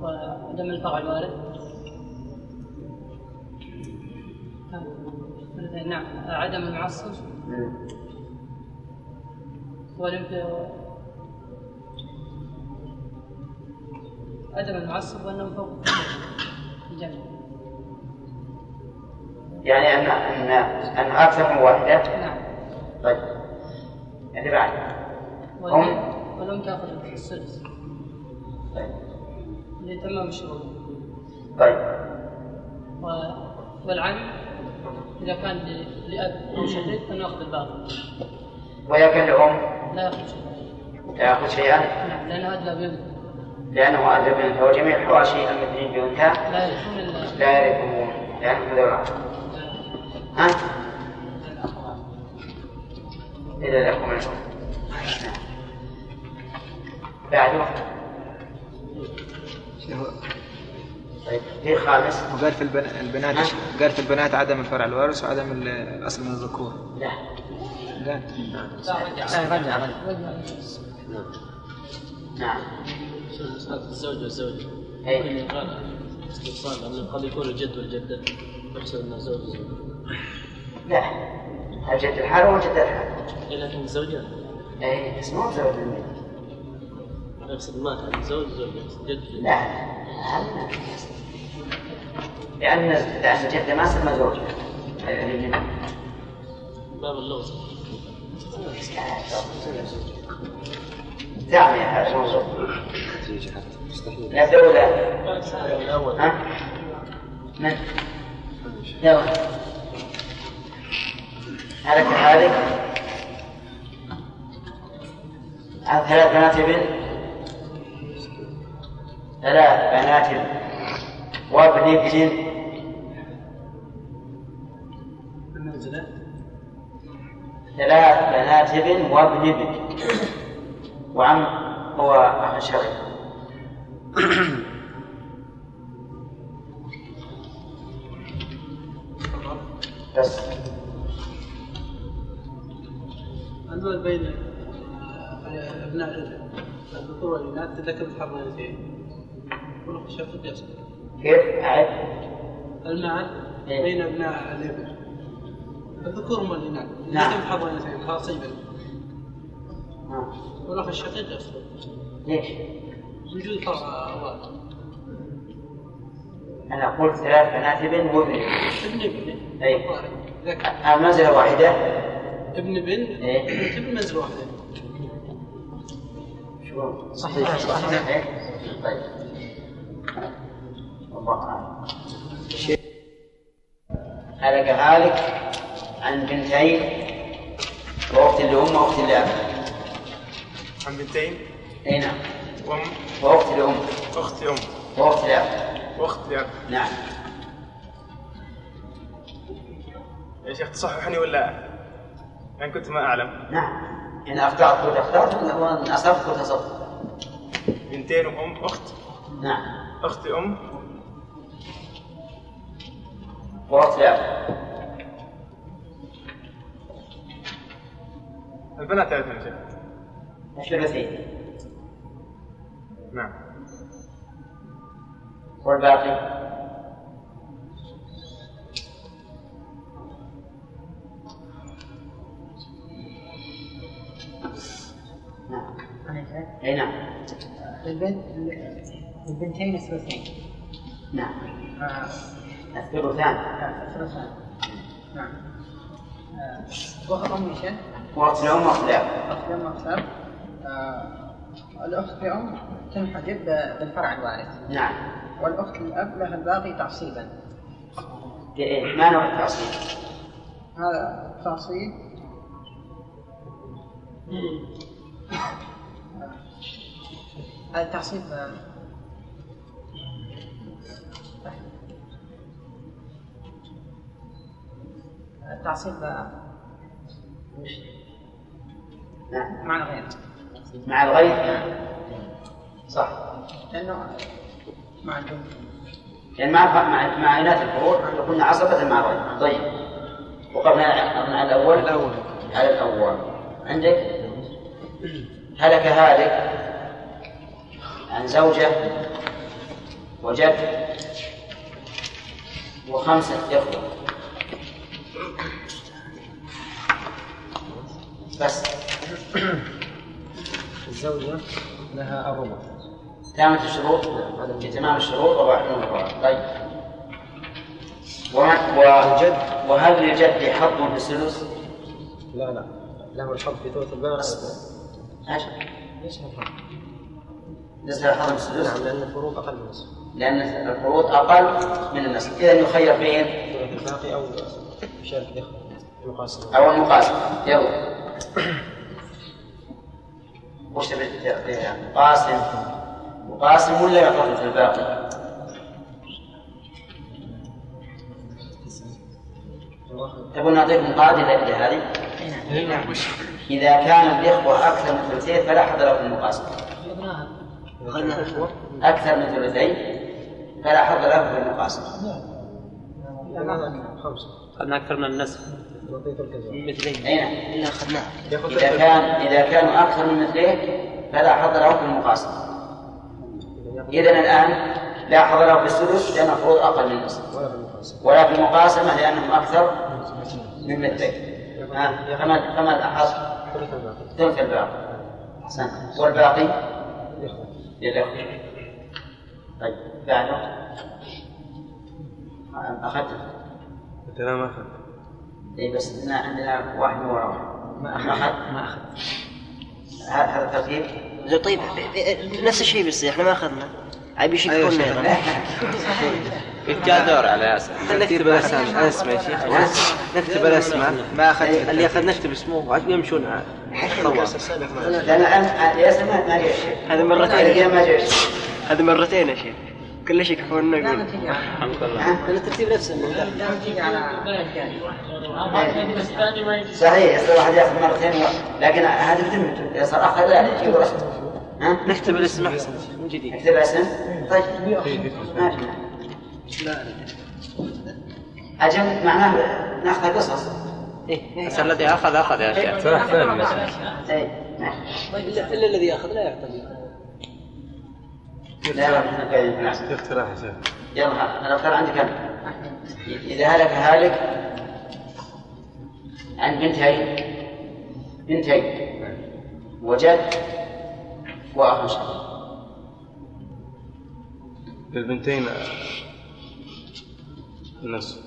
Speaker 2: وعدم الفرع الوارد نعم عدم المعصب
Speaker 1: مم.
Speaker 2: والانف- عدم المعصب وانه فوق الجميع
Speaker 1: يعني ان ان ان اكثر من واحده
Speaker 2: نعم
Speaker 1: طيب اللي بعد
Speaker 2: والام والام تاخذ السدس
Speaker 1: طيب
Speaker 2: لتمام الشروط
Speaker 1: طيب
Speaker 2: و- والعم اذا كان ل- لاب او شقيق فناخذ الباقي
Speaker 1: ويكن الام
Speaker 2: لا ياخذ شيء
Speaker 1: تاخذ شيئا
Speaker 2: نعم لان هذا لا بيض
Speaker 1: لانه ادرك من فوق جميع الحواشي المثلين بانثى
Speaker 2: لا يكون الا
Speaker 1: لا يرثهم لانهم ذو العقل ها؟ إلى الأخوة منهم بعده طيب في خامس
Speaker 15: وقال في البن- البنات قال في البنات عدم الفرع الوارث وعدم ال- الاصل من الذكور
Speaker 1: لا
Speaker 15: قال
Speaker 3: آه،
Speaker 5: لا رجع رجع
Speaker 1: نعم
Speaker 7: الزوج والزوجة
Speaker 1: أي
Speaker 7: استفصال لأنه قد يكون الجد والجدة يحسب أنه زوج وزوجة
Speaker 1: لا الجد الحال وجد الحال
Speaker 7: إلا كان زوجة
Speaker 1: أي إيه، بس مو بسبب الميت
Speaker 7: أقصد ما كان زوج زوجة جد
Speaker 1: لا هذا لا. لأن لأن الجدة ما سمى زوجها الابن.
Speaker 7: باب اللغز
Speaker 1: دعني هذا الموضوع لا ولا
Speaker 7: الأول
Speaker 1: ها؟ من؟ يلا هلك هالك عن ثلاث بنات ابن ثلاث بنات ابن وابن ابن ثلاث بنات ابن وابن ابن وعم هو أخ شريف بس
Speaker 6: الفرق بين آه، ابناء الذكور والاناث تذكر تحرر فيه والأخ الشقيق يصل
Speaker 1: كيف؟ أعد
Speaker 6: المعنى
Speaker 1: إيه.
Speaker 6: بين ابناء الابن الذكور هم الاناث
Speaker 1: نعم.
Speaker 6: لكن حضانتين خاصيا
Speaker 1: آه.
Speaker 6: والاخ الشقيق يصل
Speaker 1: ليش؟
Speaker 6: وجود فرع واحد
Speaker 1: أنا قلت ثلاث بنات ابن وابن
Speaker 6: ابن ابن
Speaker 1: أي.
Speaker 6: ذكر
Speaker 1: المنزلة واحدة
Speaker 6: ابن بن
Speaker 1: إيه
Speaker 6: ابن منزل واحده
Speaker 1: شو صحيح صحيح إيه طيب الله أعلم هلك هالك عن بنتين وأخت لأم وأخت لأب
Speaker 16: عن بنتين
Speaker 1: أي نعم
Speaker 16: وام
Speaker 1: وأخت لأم
Speaker 16: اخت ام
Speaker 1: وأخت لأب
Speaker 16: واخت لاب
Speaker 1: نعم
Speaker 16: يا شيخ تصححني ولا يعني كنت ما اعلم
Speaker 1: نعم إن أخطأت قلت أخطأت وإن أصبت قلت أصبت
Speaker 16: بنتين وام اخت
Speaker 1: نعم
Speaker 16: اخت ام
Speaker 1: وأخت لأب
Speaker 16: البنات تعرفون يا شيخ
Speaker 1: الثلثين
Speaker 16: نعم
Speaker 1: والباقي اي نعم
Speaker 2: البنت البنتين الثلثين
Speaker 1: نعم الثلثان
Speaker 2: الثلثان نعم وأخت أم هشام
Speaker 1: وقت الام وقت الاب
Speaker 2: أخت أم أخسر آه، الأخت لأم تنحجب بالفرع الوارث
Speaker 1: نعم
Speaker 2: والأخت للأب لها الباقي تعصيبا
Speaker 1: دي- إيه، ما نوع التعصيب
Speaker 2: هذا تعصيب التعصيب التعصيب
Speaker 1: نعم
Speaker 2: مع الغير
Speaker 1: مع الغير صح
Speaker 2: لأنه مع الجمهور
Speaker 1: لأن يعني مع مع مع إناث الفروع أن تكون عصبة مع الرجل طيب وقفنا أظن على الأول الأول على الأول عندك هلك هالك عن زوجة وجد وخمسة إخوة بس
Speaker 7: الزوجة لها أبو
Speaker 1: تامة الشروط بتمام الشروط وبعد النظر طيب وما- وجد وهل للجد حظ في الثلث؟
Speaker 7: لا لا له الحظ في ثلث البارس
Speaker 1: ايش؟
Speaker 7: ليش الحظ؟
Speaker 1: ليس له حظ في الثلث
Speaker 7: نعم لأن الفروق أقل من نصف
Speaker 1: لأن الفروض أقل من النصف إذا يخير بين
Speaker 7: ثلث الباقي أو شركة إخوة مقاسمة
Speaker 1: أو المقاسم يلا وش تبي تعطيها؟ قاسم وقاسم ولا يعطون في الباقي؟ تبون نعطيكم قاعدة لهذه؟ إذا كان الإخوة أكثر من ثلثين فلا حظ له في المقاسمة أكثر من ثلثين فلا حظ له في المقاسمة
Speaker 7: خمسة
Speaker 3: أنا أكثر من النسخ
Speaker 7: نعطيه ثلث الزوج
Speaker 3: مثلين
Speaker 1: أي نعم
Speaker 5: إلا أخذناها
Speaker 7: ياخذ
Speaker 1: إذا
Speaker 7: ثلث
Speaker 1: كان إذا كانوا أكثر من مثلين فلا حظ له في المقاسمة. إذا الآن لا حظ له في السدس لأن الفروض أقل من النصف
Speaker 7: ولا في آه. المقاسمة
Speaker 1: ولا في المقاسمة لأنهم أكثر من مثلين. آه، فما فما الأحظ
Speaker 7: ثلث الباقي
Speaker 1: ثلث الباقي. أحسنت والباقي
Speaker 7: الإخوة
Speaker 1: للأخوة. طيب بعده آه، أخذت
Speaker 16: انت لا ما فهمت
Speaker 1: اي إيه، بس عندنا عندنا واحد من ورا واحد. ما أخذ ما أخذ هذا الترتيب
Speaker 5: زين طيب ب- ب- نفس الشيء بيصير احنا ما اخذنا عيب يشكون ايضا
Speaker 3: جاء دور على اساس
Speaker 7: نكتب الأسامي أنا اسمي يا شيخ
Speaker 3: نعم.
Speaker 7: نكتب الأسماء
Speaker 15: ما أخذت
Speaker 7: اللي أخذ نكتب اسمه وعاد يمشون
Speaker 5: إيه،
Speaker 1: لان الان ياسر ما ما جاء شيء
Speaker 5: هذا مرتين
Speaker 1: الان ما جاء شيء
Speaker 5: هذا مرتين يا شيخ كل شيء يكفون يقول
Speaker 3: الحمد لله
Speaker 7: الترتيب نفسه
Speaker 1: صحيح يصير واحد ياخذ مرتين و... لكن هذا بدون يصير اخذ لا يجيب رسم ها
Speaker 5: نكتب الاسم احسن من جديد
Speaker 1: نكتب اسم طيب ماشي اجل معناه ناخذ قصص
Speaker 3: بس الذي اخذ اخذ يا شيخ
Speaker 1: اي طيب، ماشي
Speaker 7: الا إلا الذي ياخذ لا يعتمد
Speaker 1: لا لا احنا قاعدين في العصر.
Speaker 16: اقتراح يا شيخ
Speaker 1: يلا انا اختار عندي كم اذا هلك هالك عن بنتين بنتين وجد واخ شقيق
Speaker 16: للبنتين آه، النصف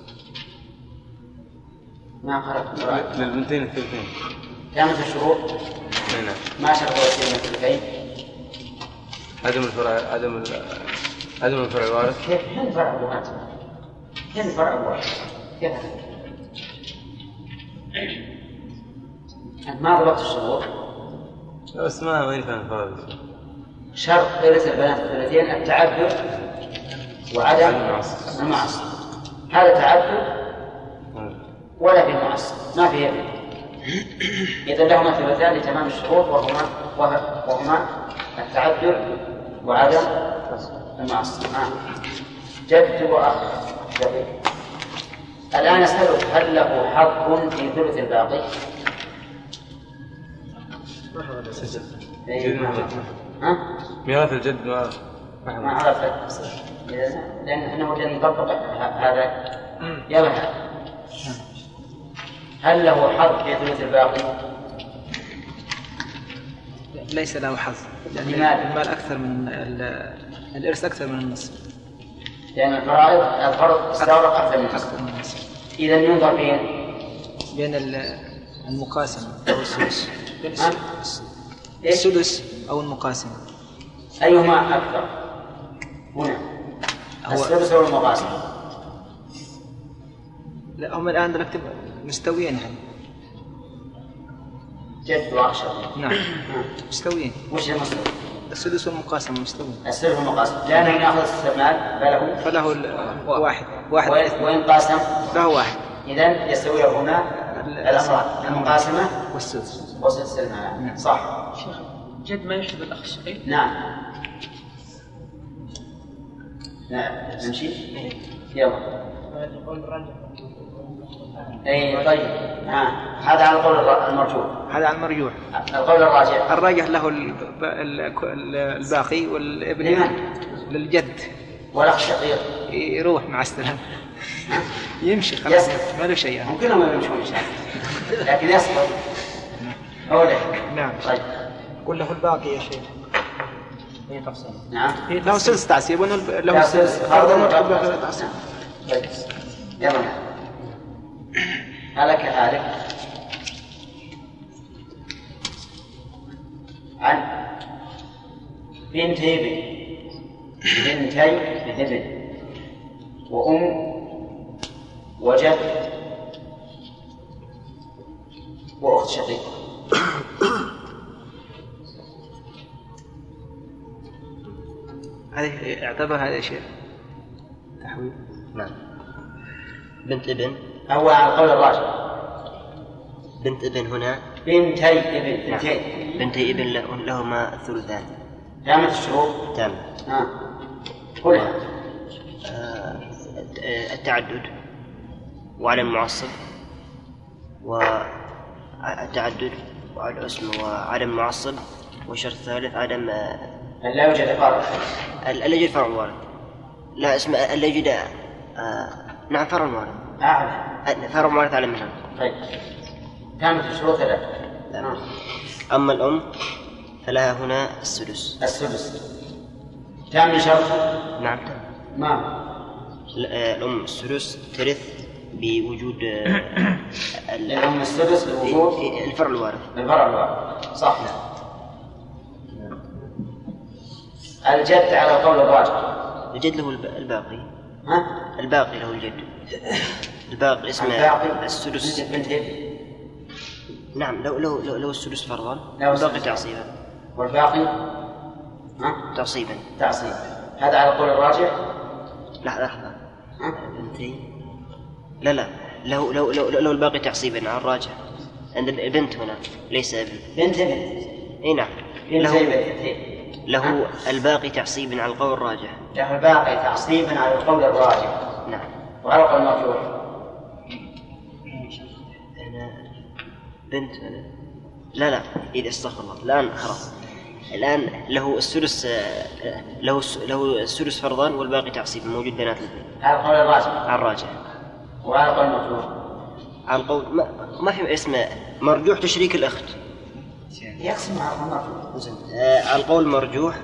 Speaker 1: ما قرأت قراءة.
Speaker 16: للبنتين الثلثين
Speaker 1: كانت الشروط
Speaker 16: نعم
Speaker 1: ما شرط وسيلة الكي
Speaker 16: عدم الفرع عدم ال- عدم الفرع الوارث
Speaker 1: كيف هن فرع اللغات هن فرع اللغات كيف هذا؟ أنت ما ضبطت الشروط
Speaker 16: بس ما ماني فاهم الفرع
Speaker 1: شرط ثلث البنات الثلثين التعبد وعدم المعصية هذا تعبد ولا في معصية ما في يد إذا لهما ثلثان لتمام الشروط وهما وه- وهما التعذر وعدم المعصية نعم. جد وأخ شقيق. الآن أسألك هل له حظ في ثلث الباقي؟ إيه، ما أعرف. ها؟
Speaker 16: ميراث الجد ما
Speaker 1: ما عرفت إذا- لأن احنا وجدنا نطبق ه- هذا
Speaker 3: نعم.
Speaker 1: يلا هل له حظ في ثلث الباقي؟
Speaker 15: ليس له حظ
Speaker 3: نعم.
Speaker 15: لأن
Speaker 1: لماذا؟
Speaker 15: المال أكثر من ال- الإرث أكثر من النصف
Speaker 1: لأن الفرائض الفرض استغرق أكثر من حظ
Speaker 15: أكثر من النصف
Speaker 1: إذا ينظر بين
Speaker 15: بين ال- المقاسمة أو السدس
Speaker 1: ها؟ إيش؟
Speaker 15: السدس أو المقاسمة
Speaker 1: أيهما أكثر؟ هنا
Speaker 15: هو-
Speaker 1: السدس أو المقاسم؟
Speaker 15: لا هم الآن نكتب مستويين يعني
Speaker 1: جد وأخشر
Speaker 15: نعم مستويين
Speaker 1: وش المصدر؟
Speaker 15: السدس والمقاسمة مستويين
Speaker 1: السدس والمقاسم لأنه إن أخذ الثمان فله
Speaker 15: فله ال- واحد واحد
Speaker 1: وإن- وإن قاسم
Speaker 15: له واحد
Speaker 1: إذا يستوي لهما الأمران المقاسمة
Speaker 15: والسدس
Speaker 1: وسدس
Speaker 6: نعم.
Speaker 1: المال صح
Speaker 2: جد ما يشبه الاخ الشقيق
Speaker 1: نعم نعم نمشي يلا
Speaker 6: يقول رجع
Speaker 1: اي طيب ها هذا على القول الر- المرجوح
Speaker 15: هذا على المرجوح
Speaker 1: القول الراجح
Speaker 15: الراجح له الب- ال- ال- الباقي والابن
Speaker 2: نعم.
Speaker 1: لمن؟
Speaker 15: للجد
Speaker 1: والاخ الشقيق
Speaker 15: يروح مع السلامة يمشي خلاص ما له شيء يعني.
Speaker 1: ممكن ما يمشون ان شاء الله لكن يصبر هو لا
Speaker 15: نعم
Speaker 1: طيب
Speaker 6: قل له الباقي يا شيخ
Speaker 1: نعم
Speaker 15: له سلس تعسيب وإنه الب- له
Speaker 1: لا،
Speaker 15: سلس
Speaker 1: فرض
Speaker 15: فرض
Speaker 1: المطلق
Speaker 15: المطلق
Speaker 1: لا
Speaker 15: له
Speaker 1: تعسيب.
Speaker 15: تعسيب.
Speaker 1: طيب يلا هذا كذلك عن بنت ابن بنتي ابن وأم وجد وأخت شقيقة
Speaker 15: هذه اعتبر هذا شيء تحويل
Speaker 5: نعم بنت ابن
Speaker 1: هو على القول الراجح
Speaker 5: بنت ابن هنا
Speaker 1: بنتي ابن بنتين
Speaker 5: بنت ابن له- لهما الثلثان
Speaker 1: تامة الشروط
Speaker 5: تام
Speaker 1: نعم قلها
Speaker 5: آه، التعدد وعلى المعصب والتعدد وعلى الاسم وعدم المعصب والشرط الثالث عدم آه،
Speaker 1: أن لا يوجد فرق
Speaker 5: ال- الا يجد فرع وارد لا اسم الا يجد آه، نعم فرع وارد
Speaker 1: أعلى
Speaker 5: آه، فرع وارد على منها
Speaker 1: طيب كانت الشروط ثلاثة نعم.
Speaker 5: اما الام فلها هنا السدس
Speaker 1: السدس كان من شرط
Speaker 5: نعم
Speaker 1: ما
Speaker 5: ال- آه، الام السدس ترث بوجود آه، ال-
Speaker 1: لأن السدس لوجود
Speaker 5: الفرع الوارد
Speaker 1: الفرع الواحد صح الجد على القول الراجح
Speaker 5: الجد له الب- الباقي
Speaker 1: ها؟
Speaker 5: الباقي له الجد الباقي اسمه
Speaker 1: الباقي
Speaker 5: السدس
Speaker 1: بنت- بنت ابن
Speaker 5: نعم لو لو لو, لو السدس فرضا
Speaker 1: لو
Speaker 5: الباقي
Speaker 1: السدس.
Speaker 5: تعصيبا
Speaker 1: والباقي ها؟
Speaker 5: تعصيبا
Speaker 1: تعصيب هذا على القول الراجح
Speaker 5: لحظة لحظة
Speaker 1: ها؟
Speaker 5: بنتي لا لا لو لو لو, لو الباقي تعصيبا على الراجح عند البنت هنا ليس ابن
Speaker 1: بنت ابن
Speaker 5: اي نعم
Speaker 1: بنت
Speaker 5: له
Speaker 1: ابن
Speaker 5: له الباقي تعصيبا على القول الراجح
Speaker 1: له الباقي تعصيبا على القول الراجح
Speaker 5: نعم
Speaker 1: وعلى القول المرجوح
Speaker 5: هنا بنت هنا. لا لا اذا استغفر الله الان خلاص الان له السدس آه، آه، له الس- له السدس فرضا والباقي تعصيبا موجود بنات البنت
Speaker 1: على القول الراجح
Speaker 5: على الراجح
Speaker 1: وعلى القول المرجوح
Speaker 5: على القول ما, ما في اسمه مرجوح تشريك الاخت
Speaker 1: يقسم على القول المرجوح
Speaker 5: آه، على القول المرجوح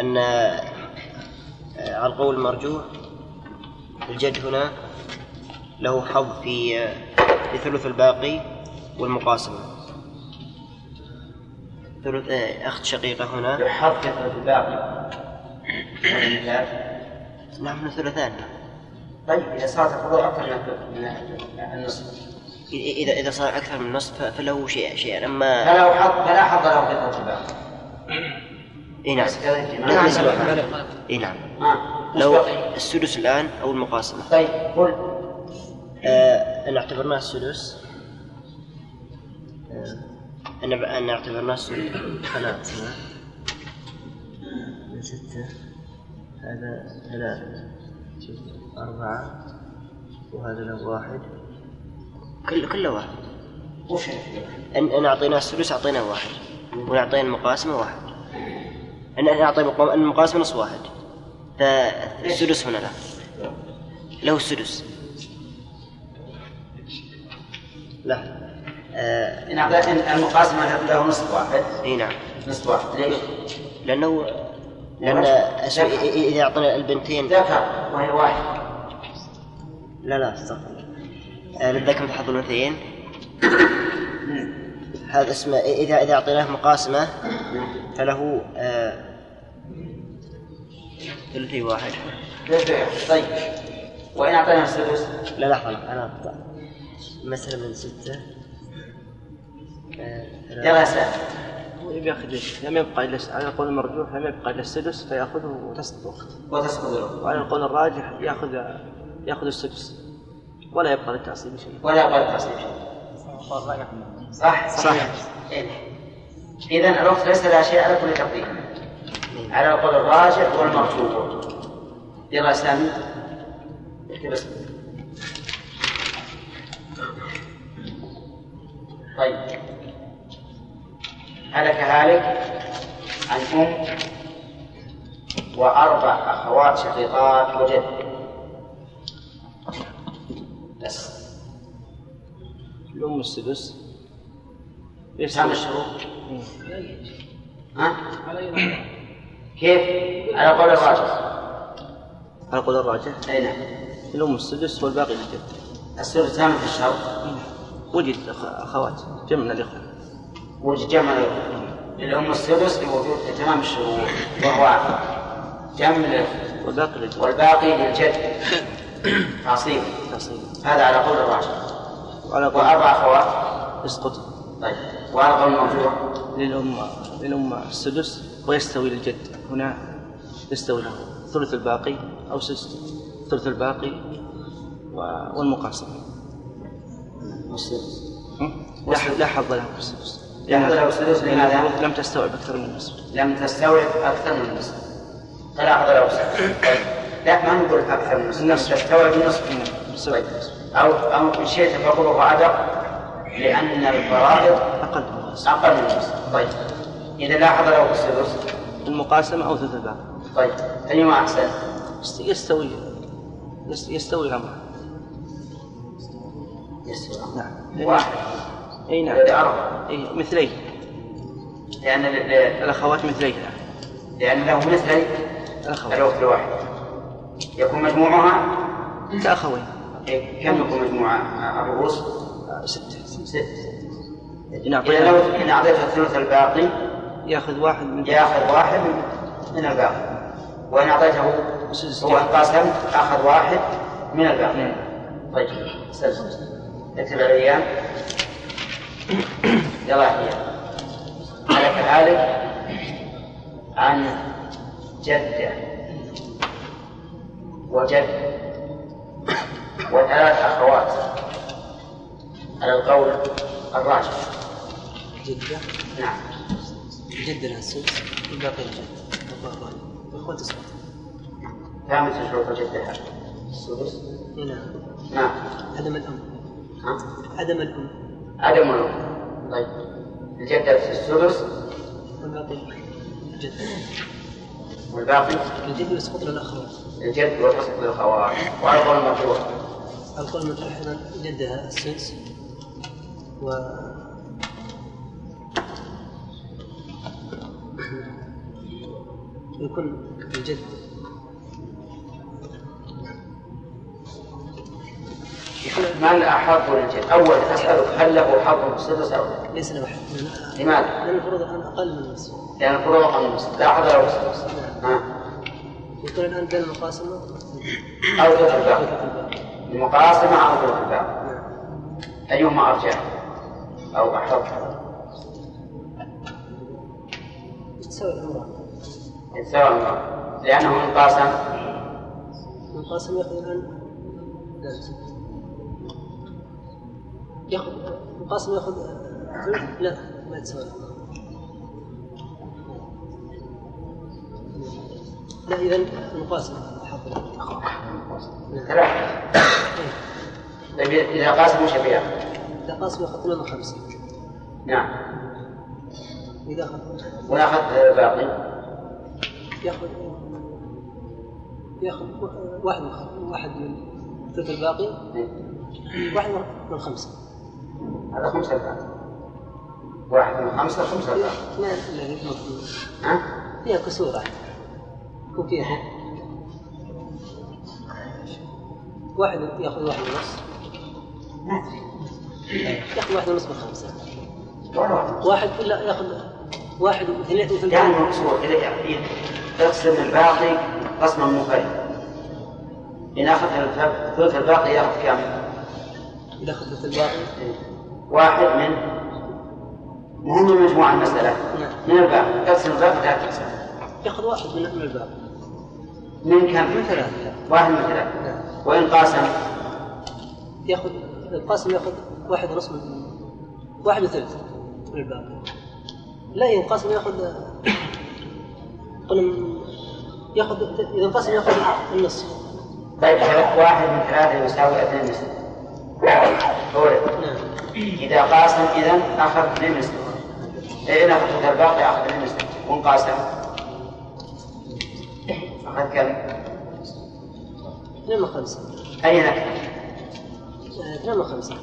Speaker 5: أن آه، على القول المرجوح الجد هنا له حظ في آه، في ثلث الباقي والمقاسمة ثلث آه، أخت شقيقة هنا
Speaker 1: يحط كثرة الباقي ولله.
Speaker 5: نحن نعم، ثلثان
Speaker 1: طيب إذا صارت الفروع أكثر من الثلث- من النصف
Speaker 5: إ- إذا إذا صار أكثر من نصف ف- فله شيء شيئا أما
Speaker 1: فلا حظ فلا حظ له كثرة الباقي
Speaker 5: إي نعم
Speaker 1: بس كذا
Speaker 5: لا،
Speaker 1: نعم.
Speaker 5: ليس له حظ. إي نعم
Speaker 1: نعم
Speaker 5: لو
Speaker 1: لو
Speaker 5: السدس الآن أو المقاسمة
Speaker 1: طيب قل
Speaker 5: آه، أن اعتبرناه السدس آه، أن أن اعتبرناه السدس أنا من ستة هذا ثلاثة أربعة وهذا له واحد كل كله واحد
Speaker 1: وش
Speaker 5: أن أن أعطيناه السدس أعطيناه واحد وأن أعطينا المقاسمة واحد أن أن أعطي مقام- أن المقاسمة نص واحد فالسدس هنا له له السدس لا آه
Speaker 1: إن أعطيت إن المقاسمة له نصف واحد
Speaker 5: اي نعم
Speaker 1: نصف واحد ليش؟
Speaker 5: لأنه لأن أس- إ- إ- إذا أعطينا البنتين
Speaker 1: ذكر وهي واحد
Speaker 5: لا لا استغفر الله. آه، للذكر مثل حظ الأنثيين هذا اسمه إذا إذا أعطيناه مقاسمة فله آه، ثلثي واحد
Speaker 1: بالبيع. طيب وإن أعطينا السدس
Speaker 5: لا لحظة أنا أقطع مثلا من ستة آه،
Speaker 1: يلا
Speaker 5: ثلاثة.
Speaker 1: يا سلام
Speaker 6: ياخذ ليش؟ لم يبقى الا على القول المرجوح لم يبقى الا السدس فياخذه وتسقط اخته
Speaker 1: وتسقط له
Speaker 6: وعلى القول الراجح ياخذ ياخذ السدس ولا يبقى للتعصيب شيء
Speaker 1: ولا قبل تصريف شيء صح صحيح إيه. إذا الوقت ليس لها شيء على كل تقدير على القول الراجح والمرجوح يلا يا سامي اكتب اسمك. طيب هلك هالك عن أم وأربع أخوات شقيقات وجد بس
Speaker 2: الأم السدس ليش
Speaker 1: كم الشروط؟ ها؟ كيف؟ على قول الراجح
Speaker 2: على قول الراجح
Speaker 1: أي نعم
Speaker 2: الأم السدس والباقي الجد
Speaker 1: السدس كامل في الشرط
Speaker 2: وجد أخ- أخوات جمع من الإخوة
Speaker 1: وجد جمع للأم السدس لوجود تمام الشروط وهو جمع الإخوة
Speaker 2: والباقي الجد
Speaker 1: والباقي للجد تعصيب
Speaker 2: تصيب
Speaker 1: هذا على قول الراجح
Speaker 2: وعلى قول
Speaker 1: وأربع أخوات
Speaker 2: اسقط
Speaker 1: طيب وعلى قول المرجوح
Speaker 2: للأم للأم السدس ويستوي للجد هنا يستوي له ثلث الباقي أو سدس ثلث الباقي و- والمقاسم
Speaker 1: السدس
Speaker 2: هم؟ لا حظ- لا حظ له في السدس
Speaker 1: لأن لو السدس لماذا؟
Speaker 2: لم تستوعب أكثر من النصف
Speaker 1: لم تستوعب أكثر من نصف فلا أخذ له لا ما نقول أكثر من نصف النصف تستوعب النصف
Speaker 2: تستوعب
Speaker 1: أو أو إن شئت فقوله عدد لأن الفرائض
Speaker 2: أقل من النصف
Speaker 1: أقل من نصف طيب إذا لا أخذ له السدس
Speaker 2: المقاسمة أو ثلث الباقي
Speaker 1: طيب أيما أحسن؟
Speaker 2: يست- يستوي يست- يستوي الأمر
Speaker 1: يسوع
Speaker 2: نعم
Speaker 1: واحد
Speaker 2: أي نعم
Speaker 1: إذا أربعة
Speaker 2: أي مثليه
Speaker 1: لأن ل- ل-
Speaker 2: الأخوات مثليه
Speaker 1: لأن له مثلي
Speaker 2: الأخوات
Speaker 1: الوقت الواحد يكون مجموعها
Speaker 2: كأخوين
Speaker 1: إيه، كم يكون مجموع الرؤوس؟
Speaker 2: آه، ستة
Speaker 1: ست
Speaker 2: إن
Speaker 1: إذا لو
Speaker 2: أعطينا
Speaker 1: إن أعطيتها الثلث الباقي
Speaker 2: ياخذ واحد من
Speaker 1: ياخذ واحد من الباقي وان اعطيته هو انقسم اخذ واحد من الباقي طيب سلسل اكتب على الايام يلا هي على كذلك عن جدة وجد وثلاث أخوات على القول الراجح
Speaker 2: جدة
Speaker 1: نعم
Speaker 2: جدة لها السدس والباقي الجد الله الغالب إخوة تسقط
Speaker 1: كانت شروط جدة السدس
Speaker 2: هنا
Speaker 1: نعم
Speaker 2: عدم الأم
Speaker 1: ها؟
Speaker 2: عدم الأم
Speaker 1: عدم الوقت طيب الجدة في السدس
Speaker 2: والباقي الجد
Speaker 1: والباقي
Speaker 2: الجد يسقط للأخوات
Speaker 1: الجد والحسب للخوارج وعلى قول المرجوح
Speaker 2: القول المطروح هنا جدها السدس و يكون الجد
Speaker 1: من أحق للجد؟ أول أسألك هل له حظ في السدس أو لا؟
Speaker 2: ليس له حق لأن-
Speaker 1: لماذا؟
Speaker 2: لأن المفروض الآن أقل من النصف
Speaker 1: لأن الفروع خمس لا حظ له في السدس ها؟
Speaker 2: يكون الآن بين المقاسمة
Speaker 1: أو ثلث الباقي المقاسمة أو ثلث الباقي أيهما أرجح أو أحق؟
Speaker 2: تساوي الأمران
Speaker 1: سواء لأنه انقاسم
Speaker 2: المقاسمة يأخذ الآن لا يأخذ المقاسمة يأخذ ثلث؟ لا ما تساوي الأمران لا إذا المقاسمة حق لا
Speaker 1: ثلاثة طيب إذا قاسم وش بيأخذ؟
Speaker 2: إذا قاسم يأخذ ثمانية خمسة
Speaker 1: نعم
Speaker 2: إذا أخذ
Speaker 1: ويأخذ الباقي
Speaker 2: ياخذ ياخذ واحد من خمسة واحد من ثلث الباقي واحد من خمسة
Speaker 1: هذا خمسة الباقي واحد من خمسة خمسة الباقي
Speaker 2: ما الذي يطلب
Speaker 1: ها؟
Speaker 2: فيها كسور عاد. يكون فيها واحد ياخذ واحد ونص
Speaker 1: ما أدري
Speaker 2: ياخذ واحد ونص من خمسة
Speaker 1: ولا واحد.
Speaker 2: واحد لا ياخذ واحد واثنين مثل
Speaker 1: يعني مقصود إذا يعني تقسم الباقي قسما منفردا إن أخذ الف- ثلث الباقي يأخذ كم؟
Speaker 2: اذا اخذ ثلث الباقي
Speaker 1: واحد من مهم من مجموع المسألة
Speaker 2: نعم.
Speaker 1: من الباقي تقسم الباقي لا تقسم
Speaker 2: ياخذ واحد من من الباقي
Speaker 1: من كم؟
Speaker 2: من ثلاثة
Speaker 1: واحد من ثلاثة
Speaker 2: نعم.
Speaker 1: وإن قاسم
Speaker 2: ياخذ القاسم ياخذ واحد ونص من واحد وثلث من الباقي لا القاسم ياخذ قلنا من ياخذ اذا انقسم ياخذ النصف
Speaker 1: طيب ثلاث- واحد من ثلاثة يساوي اثنين نصف
Speaker 2: نعم،
Speaker 1: أورد إذا قاسم إذا أخذ اثنين نصف إيه أخذ ثلث الباقي أخذ اثنين نصف وانقاسم أخذ كم؟
Speaker 2: اثنين من خمسة
Speaker 1: أين أكثر؟
Speaker 2: آه، اثنين من خمسة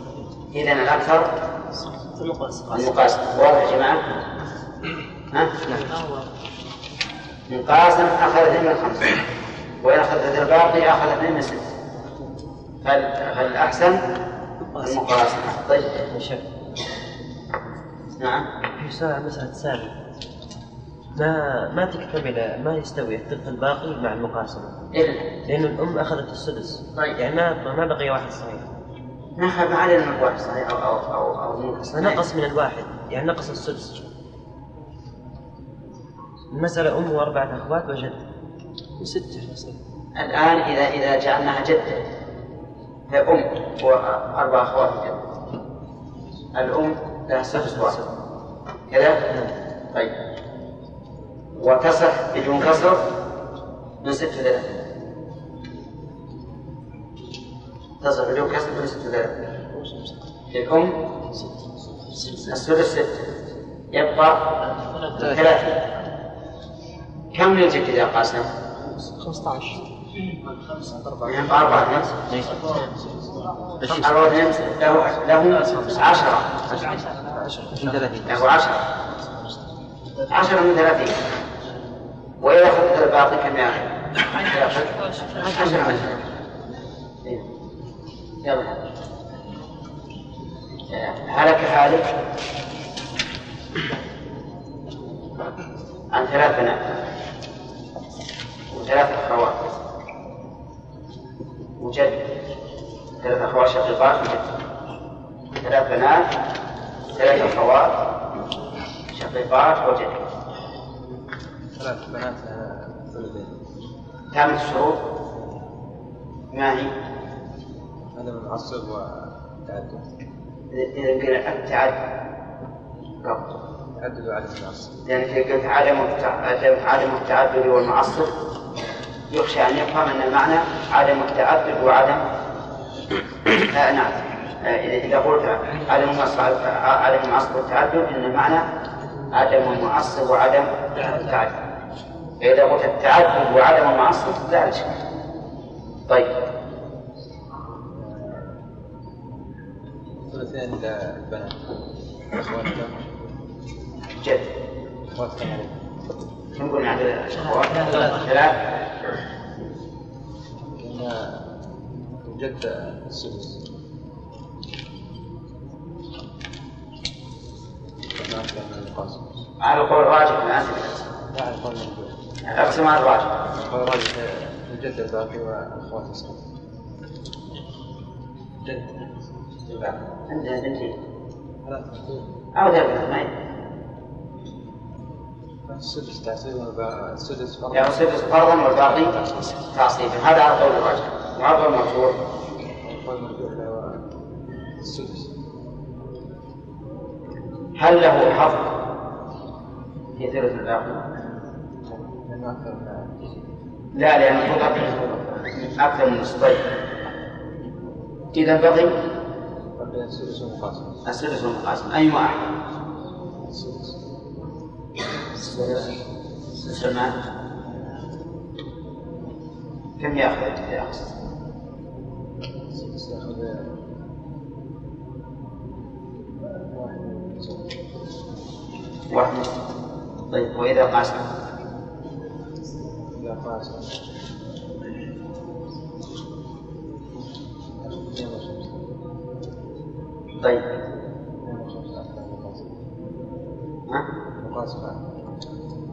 Speaker 1: إذا الأكثر
Speaker 2: المقاس
Speaker 1: المقاسم واضح يا جماعة؟ ها؟ من قاسم أخذ اثنين من خمسة وإن أخذ ثلث الباقي أخذ اثنين من ستة فال- فالأحسن المقاسم طيب نعم
Speaker 3: مسألة مسألة سالفة ما ما تكتمل ما يستوي الثلث الباقي مع المقاسمة
Speaker 1: إلا
Speaker 3: لأن الأم أخذت السدس
Speaker 1: طيب.
Speaker 3: يعني ما ما بقي واحد صحيح
Speaker 1: نحن ما علينا من واحد صحيح أو أو أو أو منقص
Speaker 3: نقص من الواحد يعني نقص السدس المسألة أم وأربعة أخوات وجد
Speaker 2: ستة مثلا
Speaker 1: الآن إذا إذا جعلناها جدة فأم وأربع أخوات جدة الأم لها سدس واحد كذا؟ طيب وتصح بدون كسر من ست وثلاثين تصح بدون كسر من ست وثلاثين للأم السدس ستة يبقى ثلاثة كم للجد إذا قاسم؟
Speaker 17: 15
Speaker 1: يبقى أربعة نفس أربعة نفس له له عشرة له عشرة عشرة من ثلاثين وإذا أخذت الباقي كم يأخذ؟ يأخذ عشرة من ثلاثين. يلا هلك حالك عن ثلاث بنات وثلاث أخوات وجد ثلاث أخوات شقيقات وجد ثلاث بنات ثلاث أخوات شقيقات وجد
Speaker 18: ثلاث بنات آه، ثلثين
Speaker 1: تامة الشروط ما هي؟
Speaker 18: عدم العصب والتعدد
Speaker 1: إذا إذا قلنا التعدد قبل
Speaker 18: التعدد وعدم العصب
Speaker 1: لأن إذا قلت عدم التع- عدم عدم التعدد والمعصب يخشى أن يفهم أن المعنى عدم التعدد وعدم آه نعم آه، إذا إذا قلت عدم المعصب عدم المعصب والتعدد إن المعنى عدم المعصب وعدم التعدد فإذا قلت التعدد وعدم المعصب لا إشكال طيب
Speaker 18: ثلثين البنات أخوات كم؟
Speaker 1: جد
Speaker 18: أخوات كم عليك؟
Speaker 1: كم قلنا عدد الأخوات؟ ثلاث
Speaker 18: لأن جد السدس بنات كان القاسم
Speaker 1: على القول الراجح الآن
Speaker 18: لا على قول الجد
Speaker 1: أقسم على الراجح
Speaker 18: قول راجل الجد الباقي وأخوات السدس جد
Speaker 1: عندها بنتين
Speaker 18: ثلاث
Speaker 1: أو ثلاث ما يدري.
Speaker 18: السدس تحسبه السدس فرض
Speaker 1: يعني سدس فرضا والباقي تعصيبا هذا على قول الراجح وعلى قول المشهور
Speaker 18: القول مرجوح له السدس
Speaker 1: هل له حظ في ثلث الباقي؟
Speaker 18: لأنه أكثر من
Speaker 1: لا لأنه هو أكثر من نصف طيب إذا بقي
Speaker 18: بقي السدس والقاسم
Speaker 1: السدس والمقاسم أي واحد؟
Speaker 18: السدس
Speaker 1: سلمان كم ياخذ يا أخي؟
Speaker 18: السدس يأخذ
Speaker 1: واحد طيب وإذا قاسم؟
Speaker 18: إلى قاسم
Speaker 1: طيب
Speaker 18: مقاسمة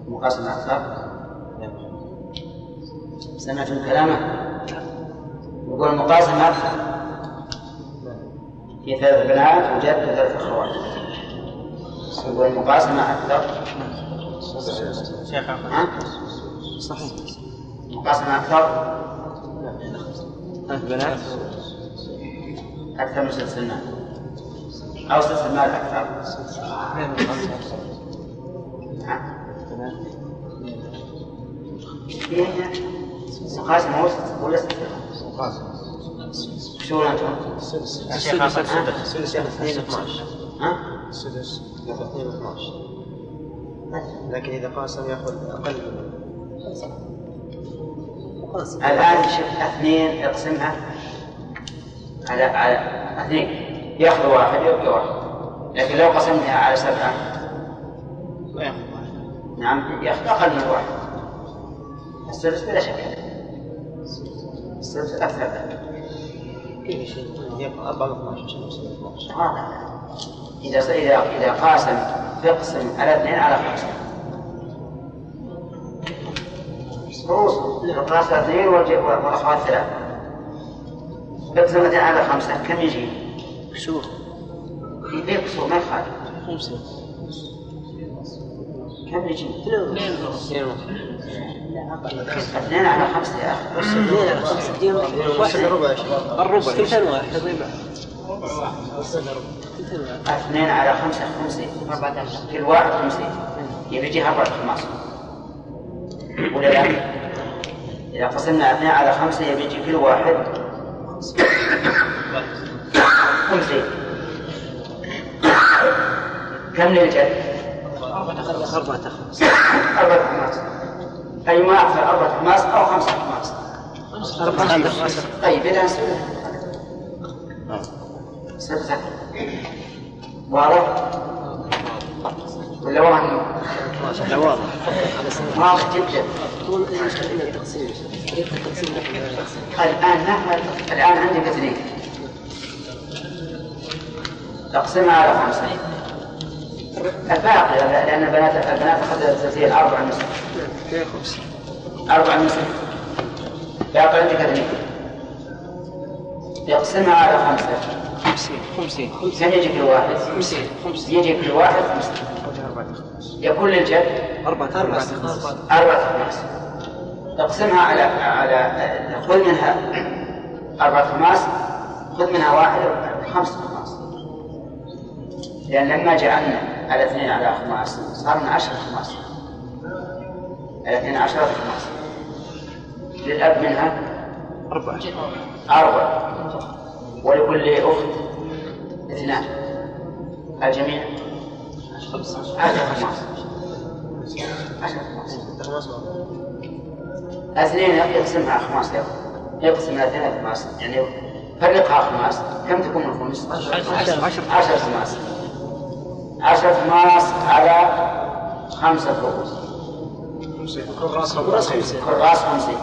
Speaker 1: مقاسم أكثر سمعتم كلامه يقول المقاسم أكثر في ثلاث بنات وجد ثلاث أخوات يقول المقاسمة أكثر
Speaker 18: شيخ
Speaker 1: ها؟
Speaker 2: صحيح
Speaker 1: المقاسمة أكثر
Speaker 2: ثلاث بنات
Speaker 1: أكثر من ست سنوات أو ست سنوات أكثر ها؟ فيه مقاسم وسط ولا شو انتم؟
Speaker 5: السدس السدس
Speaker 1: السدس
Speaker 5: اثنين 12
Speaker 1: ها؟
Speaker 5: السدس اثنين 12 لكن اذا قاسم ياخذ اقل قاسم
Speaker 1: الآن شف اثنين اقسمها على على اثنين ياخذ واحد يبقي واحد لكن لو قسمتها على سبعة نعم ياخذ أقل من واحد السدس بلا شك السدس أكثر
Speaker 5: كيف يصير؟ يبقى 4 12
Speaker 1: واضح إذا إذا إذا قاسم اقسم على اثنين على خمسة رؤوس القاسم اثنين والج- والأخوات ثلاثة اقسم اثنين على خمسة كم يجي؟
Speaker 6: كسور
Speaker 1: يبيع قصور ما يخالف
Speaker 6: خمسة
Speaker 1: كم يجي؟
Speaker 5: اثنين ونص
Speaker 1: اثنين على خمسة يا أخي
Speaker 5: اثنين ربع يا شباب
Speaker 6: الربع ثلثان واحد ربع
Speaker 1: اثنين على خمسة خمسين كل واحد خمسين يبي يجيها أربعة خماس ولا لا؟ إذا قسمنا اثنين على خمسة يبي يجي كل واحد خمسين كم للجد؟
Speaker 6: أربعة أخماس
Speaker 1: أربعة خماس أي ما أكثر أربعة خماس أو خمسة خماس طيب إذا سبت سبت واضح؟ ولا واضح؟
Speaker 5: لا واضح
Speaker 1: واضح جدا طيب، الآن نحن الآن عندي مثلين تقسيمها على خمسة الباقي لأن لأن البنات البنات أخذت الثلاثية الأربعة نصف أربعة نصف باقي عندي اثنين يقسمها على خمسة
Speaker 6: خمسين خمسين
Speaker 1: كم يجي كل واحد؟
Speaker 6: خمسين خمسين
Speaker 1: يجي كل واحد خمسة يكون للجد
Speaker 6: أربعة أخماس أربعة
Speaker 1: أربعة خماس تقسمها على على خذ منها أربعة خماس خذ منها واحد خمسة خماس لأن لما جعلنا على اثنين على خماس صارنا عشرة خماس على اثنين عشرة خماس للأب منها
Speaker 6: أربعة
Speaker 1: أربعة ولكل أخت اثنان الجميع عشرة خماس عشرة خماس اثنين يقسمها خماس يقسم يقسمها ثلاث خماس يعني فرقها خماس كم تكون الخمس؟
Speaker 6: عشرة
Speaker 1: عشر خماس عشر خماس على خمسة رؤوس كراس خمسين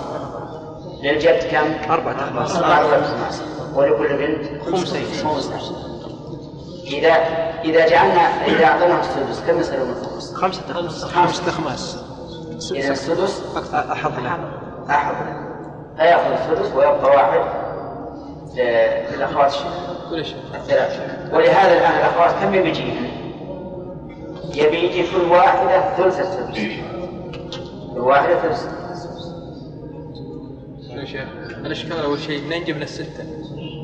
Speaker 1: للجد كم؟
Speaker 6: أربعة أخماس
Speaker 1: أربعة خماس ولكل بنت
Speaker 6: خمسين
Speaker 1: خمسة إذا إذا جعلنا إذا أعطيناهم السدس كم يصيرون الخمس؟
Speaker 6: خمسة أخماس
Speaker 1: خمسة
Speaker 6: أخماس
Speaker 1: إذا السدس
Speaker 6: أحضنا
Speaker 1: أحد فيأخذ الثلث ويبقى واحد ل- للأخوات الشيخ الثلاثة ولهذا الآن الأخوات كم يبي يجيهم؟ يبي يجي كل واحدة ثلث الثلث كل واحدة ثلث
Speaker 3: يا شيخ الاشكال اول شيء منين جبنا السته؟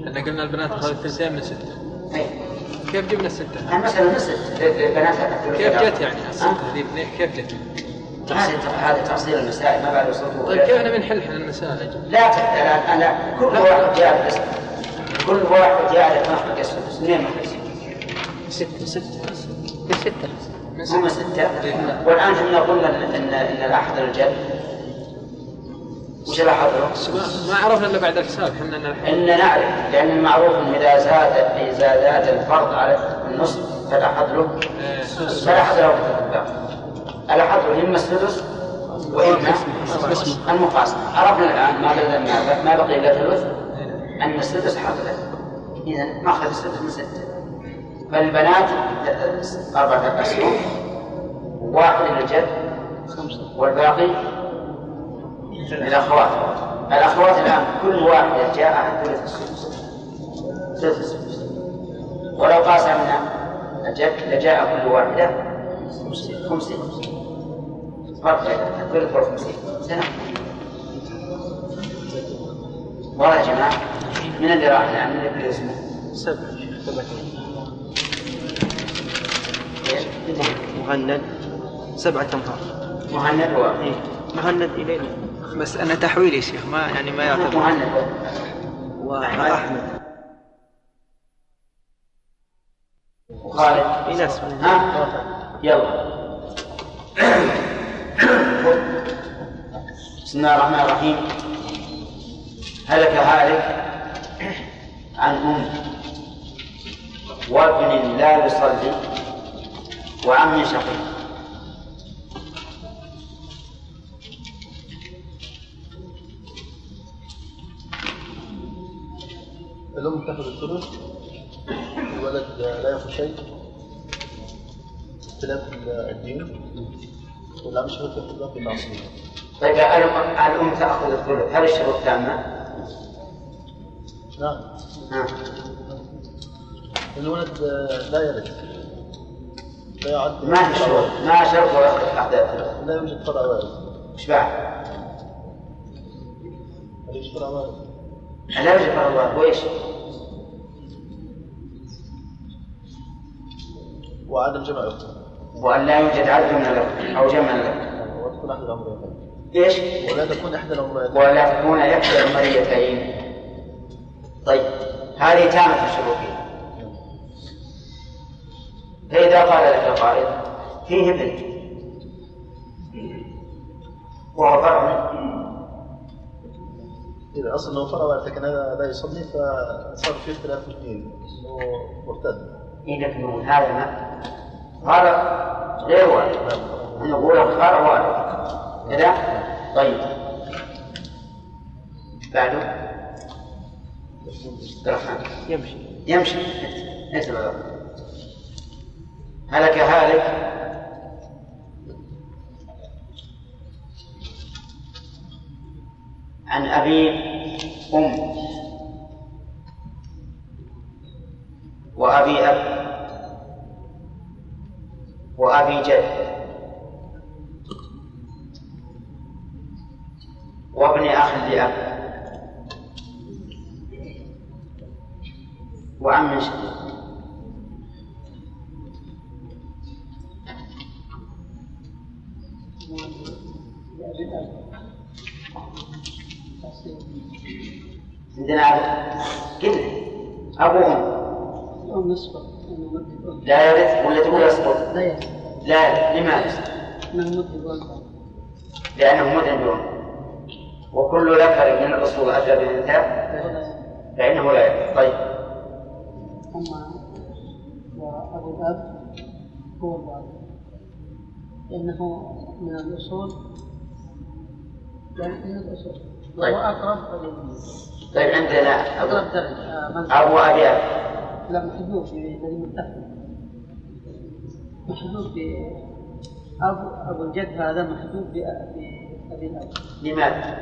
Speaker 3: احنا قلنا البنات اخذت ثلثين من سته
Speaker 1: إيه.
Speaker 3: كيف جبنا السته؟
Speaker 1: الآن مثلا نصف للبنات الثلث
Speaker 3: كيف
Speaker 1: الأول.
Speaker 3: جت يعني السته
Speaker 1: إيه، ها؟
Speaker 3: هذه منين- كيف جت؟
Speaker 1: هذه هذه تفصيل المسائل ما بعد وصلت
Speaker 3: طيب كيف احنا بنحل احنا المسائل؟
Speaker 1: لا تحتاج أنا أنا كل واحد جاء باسم كل واحد جاء لمحرق السدس ليه محرق السدس؟
Speaker 6: ستة ستة
Speaker 3: من إيه.
Speaker 1: هم
Speaker 3: سته
Speaker 1: ستة والآن احنا قلنا إن إن إن الأحضر الجد وش الأحضر؟
Speaker 3: ما- ما عرفنا الا بعد الحساب احنا نلحق
Speaker 1: إن نعرف لأن المعروف إن إذا زاد إذا زاد الفرض على النصف فلا حضر فلا حضر له في الباقي. الأحضر إما السدس وإما المقاسم عرفنا الآن ما بقي ما- ما بقي إلا ثلث أن السدس حضر إذا نأخذ السدس من ستة فالبنات أربعة أشهر واحد للجد والباقي للأخوات الأخوات الآن كل واحدة جاء ثلث السدس ثلث السدس ولو قاسمنا الجد لجاء كل واحدة خمسين فرق بين الثلث والخمسين سنة والله يا جماعة من اللي راح الآن من اللي اسمه
Speaker 6: سبعة سبعة
Speaker 1: إيه؟
Speaker 6: مغنى سبعة أمهار
Speaker 1: مهند و
Speaker 6: إيه مهند إلينا
Speaker 15: بس انا تحويل يا شيخ ما يعني ما يعتبر
Speaker 1: مهند
Speaker 6: وأحمد
Speaker 1: وخالد
Speaker 6: إناس
Speaker 1: ها يلا بسم الله الرحمن الرحيم هلك هالك عن أم وابن لا يصلي وعم شقي
Speaker 19: الأم تاخذ الثلث الولد لا ياخذ شيء اختلاف الدين والعم شهود تاخذ باقي المعصية
Speaker 1: طيب الأم الأم تأخذ الثلث هل الشروط تامة؟
Speaker 19: نعم
Speaker 1: ها.
Speaker 19: الولد لا يرث لا يعد
Speaker 1: ما في شروط ما شرط يأخذ أحد الثلث
Speaker 19: لا يوجد فرع وارث
Speaker 1: إيش بعد؟
Speaker 19: لا يوجد فرع وارث
Speaker 1: لا يوجد فرع الله وإيش؟
Speaker 19: وعدم جمع أخته
Speaker 1: وأن لا يوجد عدل من الأخت أو جمع من الأخت
Speaker 19: وتكون أحد الأمرين
Speaker 1: إيش؟
Speaker 19: ولا تكون أحد الأمرين
Speaker 1: ولا تكون إحدى المريتين طيب هذه تامة الشروطية فإذا قال لك قائل فيه ابن وهو فرع
Speaker 19: إذا أصلا لو فرع وارث لكن هذا لا يصلي فصار في اختلاف في الدين إنه مرتد
Speaker 1: إيه لكن هذا ما فرع غير وارد نقول فرع وارد كذا طيب بعده عبد الرحمن
Speaker 6: يمشي
Speaker 1: يمشي ليس بعض هلك هالك عن أبي أم وأبي أب وأبي جد وابن أخ لأب وعم شقيق عندنا عدد قلنا أبوهم
Speaker 2: أو نصفه أنا مكتوب
Speaker 1: لا يرث ولا تقول يسقط
Speaker 2: لا يسمع
Speaker 1: لا يرث لماذا؟
Speaker 2: أنا مكتوب
Speaker 1: لأنه مذنب وكل ذكر من الأصول أدلى بالإنثى
Speaker 2: نعم.
Speaker 1: فإنه لا يرث طيب
Speaker 2: أما وأبو الأب هو الوالد لأنه من الأصول يعني من الأصول
Speaker 1: طيب.
Speaker 2: وهو أقرب إلى-
Speaker 1: طيب عندنا
Speaker 2: أقرب
Speaker 1: أبو
Speaker 2: درجة آه، منزل.
Speaker 1: أبو أبي أب
Speaker 2: لا محجوب في دليل الدفن محجوب في أبو أبو الجد هذا محجوب بأ- بأبي الأب
Speaker 1: لماذا؟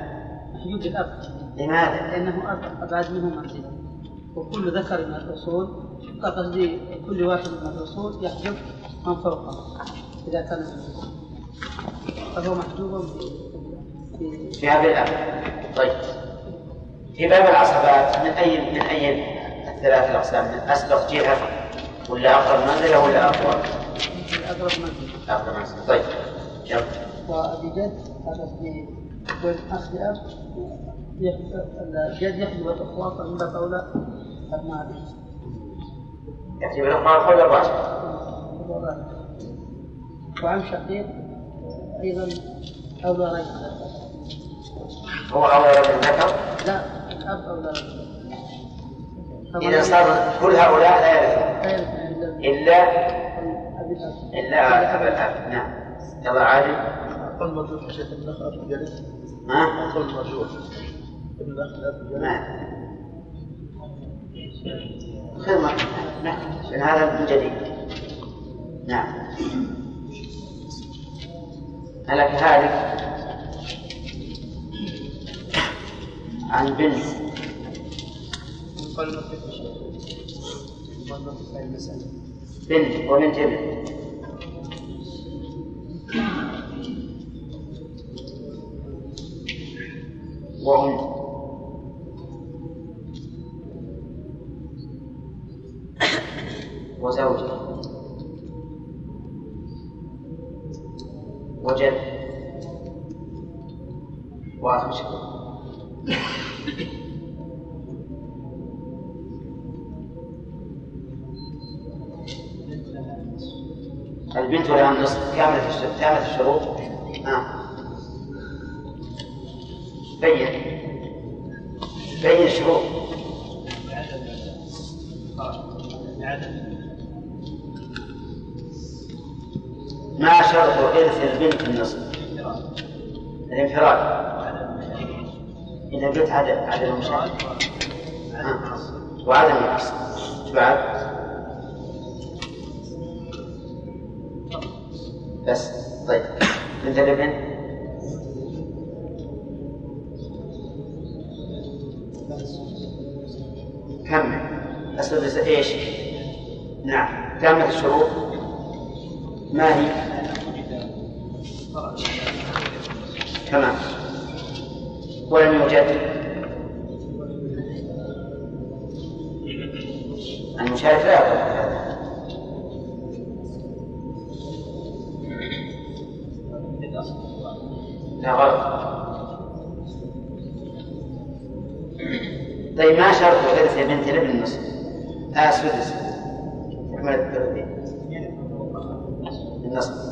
Speaker 2: محجوب بالأب
Speaker 1: لماذا؟
Speaker 2: لأنه أب أبعد منه منزلا وكل ذكر من الأصول لا قصدي كل واحد من الأصول يحجب من فوقه إذا كان محجوبا. فهو محجوب ب- ب-
Speaker 1: في هذا الأب طيب في باب العصبات من أي من أي الثلاث الأقسام من أسبق جهة ولا أقرب منزلة ولا أقرب؟
Speaker 2: بأقرب منزل
Speaker 1: أقرب منزلة طيب يلا
Speaker 2: وأبي جد هذا في والأخ لأب الجد يحجب الأخوات من باب أولى أما أبي
Speaker 1: يحجب الأخوان ولا الراجل؟
Speaker 2: وعن شقيق أيضا أولى رجل
Speaker 1: هو أولى بالذكر
Speaker 2: لا الأب أولى رجل
Speaker 1: إذا صار كل هؤلاء لا يرثون إلا إلا أبا الأب نعم يلا عادل
Speaker 19: قول مرجوح يا شيخ ابن الأخ أب يرث
Speaker 1: ها
Speaker 19: قول مرجوح ابن الأخ الأب يرث
Speaker 1: نعم خير ما نعم لأن هذا من جديد نعم هلك هالك عن بنت
Speaker 7: قال المصرف قال المصرف هاي المسألة
Speaker 1: بنت وبنت ابن وأم وزوجة وجد واخر شيء البنت لها النصف كاملة الش- كاملة الشروط نعم بين بين الشروط ما شرط إرث البنت النصف؟ الانفراد إذا قلت عدم عدم المشاركة نعم. وعدم العصر بعد بس طيب انت الابن كمل السدس ايش؟ نعم كامل الشروط ما هي؟ تمام ولم يوجد المشارك لا يضر هذا لا غلط طيب ما شرط ثلث بنت الابن نصف؟ آه سدس تكملة الثلثين النصف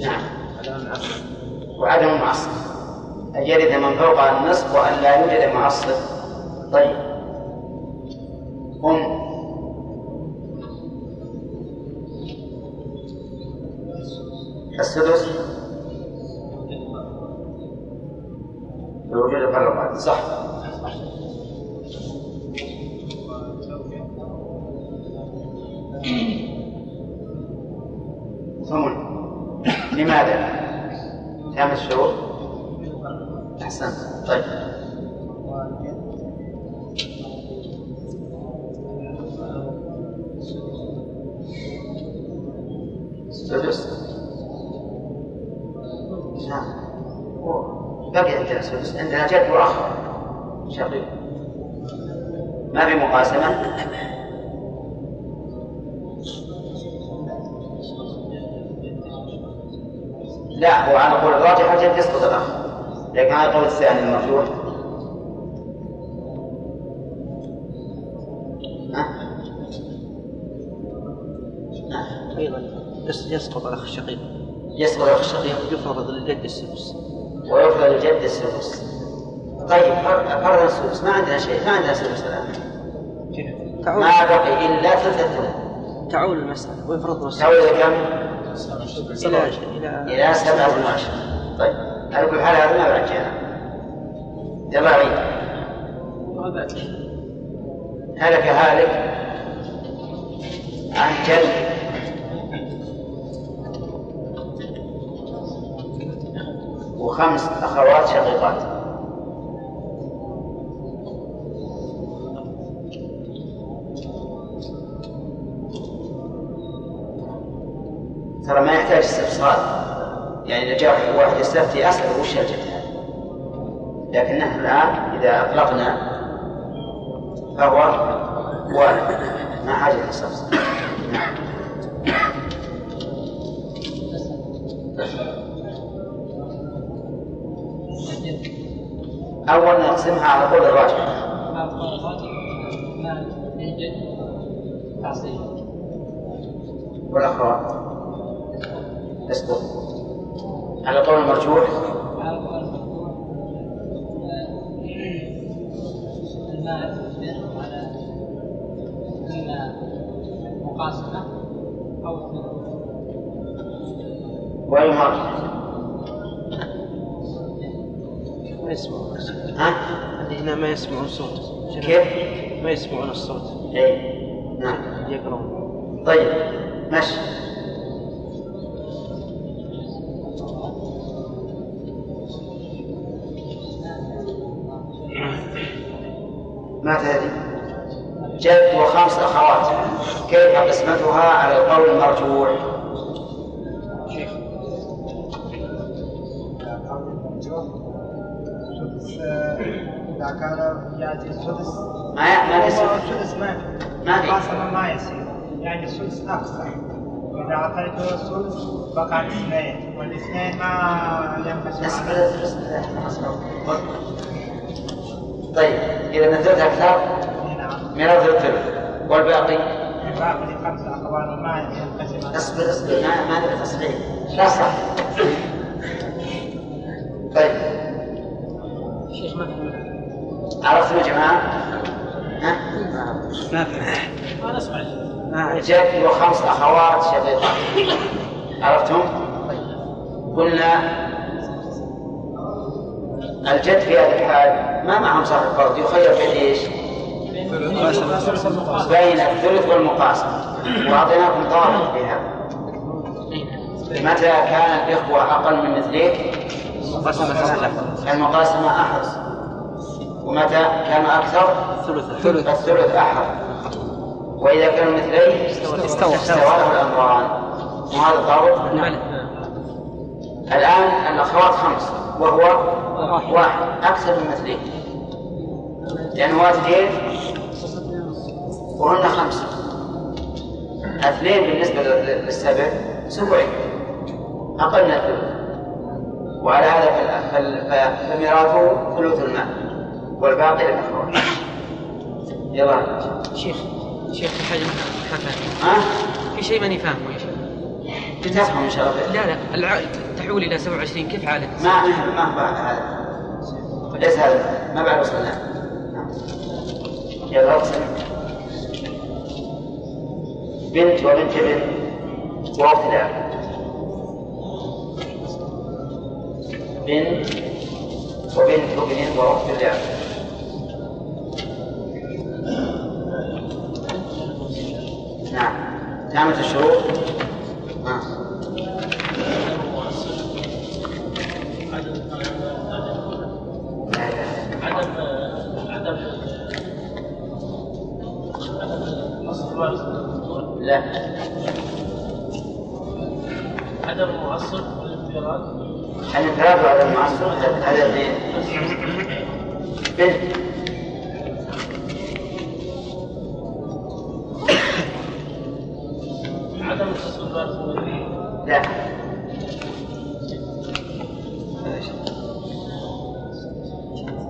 Speaker 1: نعم وعدم المعصب أن يرث من فوق النصف وأن لا يوجد معصب طيب أم السدس الوجود الفرق صح ثمن لماذا؟ كم الشروط؟ أحسنت طيب سدس نعم بقي عندنا سدس عندنا جد وأخ شقيق ما في مقاسمة لا هو على قول الراجح الجد يسقط الأخ لكن على قول الثاني المرجوح
Speaker 6: ايضا يس- يسقط الاخ الشقيق
Speaker 1: يسقط الأخ الشقيق
Speaker 6: يفرض للجد السدس
Speaker 1: ويفضل الجد السدس طيب فر- فرضا السدس ما عندنا شيء ما عندنا سدس الآن
Speaker 6: تعود
Speaker 1: ما بقي إلا ثلث الثلث
Speaker 6: تعول المسألة ويفرض
Speaker 1: تعود
Speaker 6: مسألة
Speaker 1: إلى كم؟
Speaker 6: إلى إلى
Speaker 1: إلى سبعة وعشر طيب على كل حال هذا ما برجعها يلا عيد هلك هالك عن كلب وخمس أخوات شقيقات ترى ما يحتاج استفسار يعني إذا جاء واحد يستفتي أسأل وش الجد هذا لكن نحن الآن إذا أطلقنا فهو وارد ما حاجة للصفصة أول نقسمها على قول الراجح والأخوات اسكت على قول المرجوح
Speaker 4: المال بينهم على إما مقاسمة أو ثلث.
Speaker 1: والمرجوح
Speaker 6: ما يسمعون الصوت
Speaker 1: ها
Speaker 6: هنا ما يسمعون الصوت
Speaker 1: كيف؟
Speaker 6: ما يسمعون الصوت
Speaker 1: إيه نعم
Speaker 6: يقرأون
Speaker 1: طيب ماشي مات هذه جد وخمس أخوات كيف قسمتها على القول المرجوح
Speaker 20: الرجوع. إذا كان يأتي السدس
Speaker 1: ما- ما يصير.
Speaker 20: هو السدس ما
Speaker 1: ما في.
Speaker 20: أصلا ما يصير يعني السدس أقصى إذا أعطيته السدس بقى الاثنين والاثنين ما
Speaker 1: بس
Speaker 20: ينقسم
Speaker 1: بس- بس- طيب إذا نزلت أكثر من أرض الثلث والباقي
Speaker 20: الباقي لخمسة أقوال ما ينقسم
Speaker 1: اصبر اصبر ما ما نبي تصحيح لا صح طيب
Speaker 2: الشيخ ما فهمنا
Speaker 1: عرفتم يا جماعة؟ ها؟ ما فهمت
Speaker 2: ما نسمع
Speaker 1: جد وخمس أخوات شقيقات عرفتم؟ قلنا الجد في هذه الحال ما معهم صاحب فرض يخير بين ايش؟ بين الثلث والمقاسم وأعطيناكم ضابط في هذا
Speaker 18: إيه.
Speaker 1: متى كان الإخوة أقل من مثليك المقاسمة أحرص ومتى كان أكثر الثلث الثلث أحرص وإذا كانوا مثلين استوى استوى له الأمران وهذا ضابط نعم الآن الأخوات خمس وهو واحد أكثر من مثلين لأنه والدين وهن خمسة اثنين بالنسبة لل- للسبع سبعين أقل من الثلث وعلى هذا فال- فال- ف- فميراثه ثلث المال والباقي للأخوات يلا
Speaker 21: شيخ شيخ في حاجه ما فاهم
Speaker 1: ها؟
Speaker 21: في شيء ماني فاهمه يا شيخ
Speaker 1: بتفهم ان شاء الله
Speaker 21: لا لا العائد تحول الى 27 كيف عالج؟
Speaker 1: ما ما ما هو هذا ليس هذا ما بعد وصلنا نعم. يلا اقسم بنت وبنت ابن وأخت الأب بنت وبنت ابن وأخت الأب نعم تامة الشروط نعم
Speaker 18: عدم عدم عدم اصل الوارث
Speaker 1: لا
Speaker 18: عدم المعصب والانفراد
Speaker 1: الانفراد وعدم المعصب هذا هذا إيه. اثنين بنت
Speaker 18: عدم اصل الوارث والانفراد
Speaker 1: لا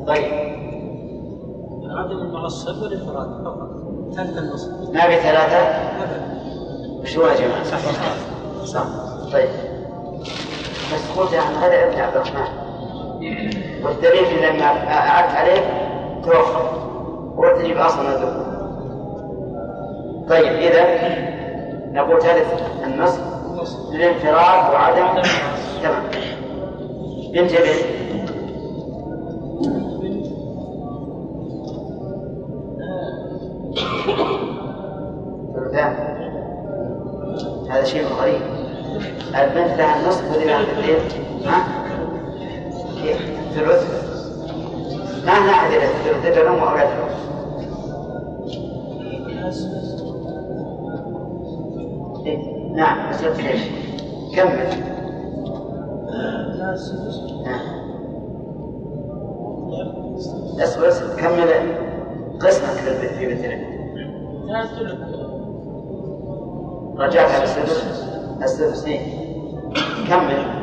Speaker 1: طيب
Speaker 4: عدم المعصب والانفراد فقط ترك النصب
Speaker 1: ما في ثلاثة؟ وشو يا جماعة؟ صح صح طيب مسكوت عن هذا يا ابن عبد الرحمن والدليل إذا لما أعدت عليه توفى وتجيب أصلا الذكر طيب إذا نقول ثالث النصف للانفراد وعدم تمام بنت بنت ثلثان هذا شيء غريب البنت لها النصف وذي لها الثلث ها؟ كيف؟ ثلث ما هنا أحد إلا الثلث إلا الأم وأولادها إيه، نعم أسئلة ليش؟ كمل اصبر اصبر كمل قسمك في البيت- في بيتنا رجعت على السدس السدس إيه. كمل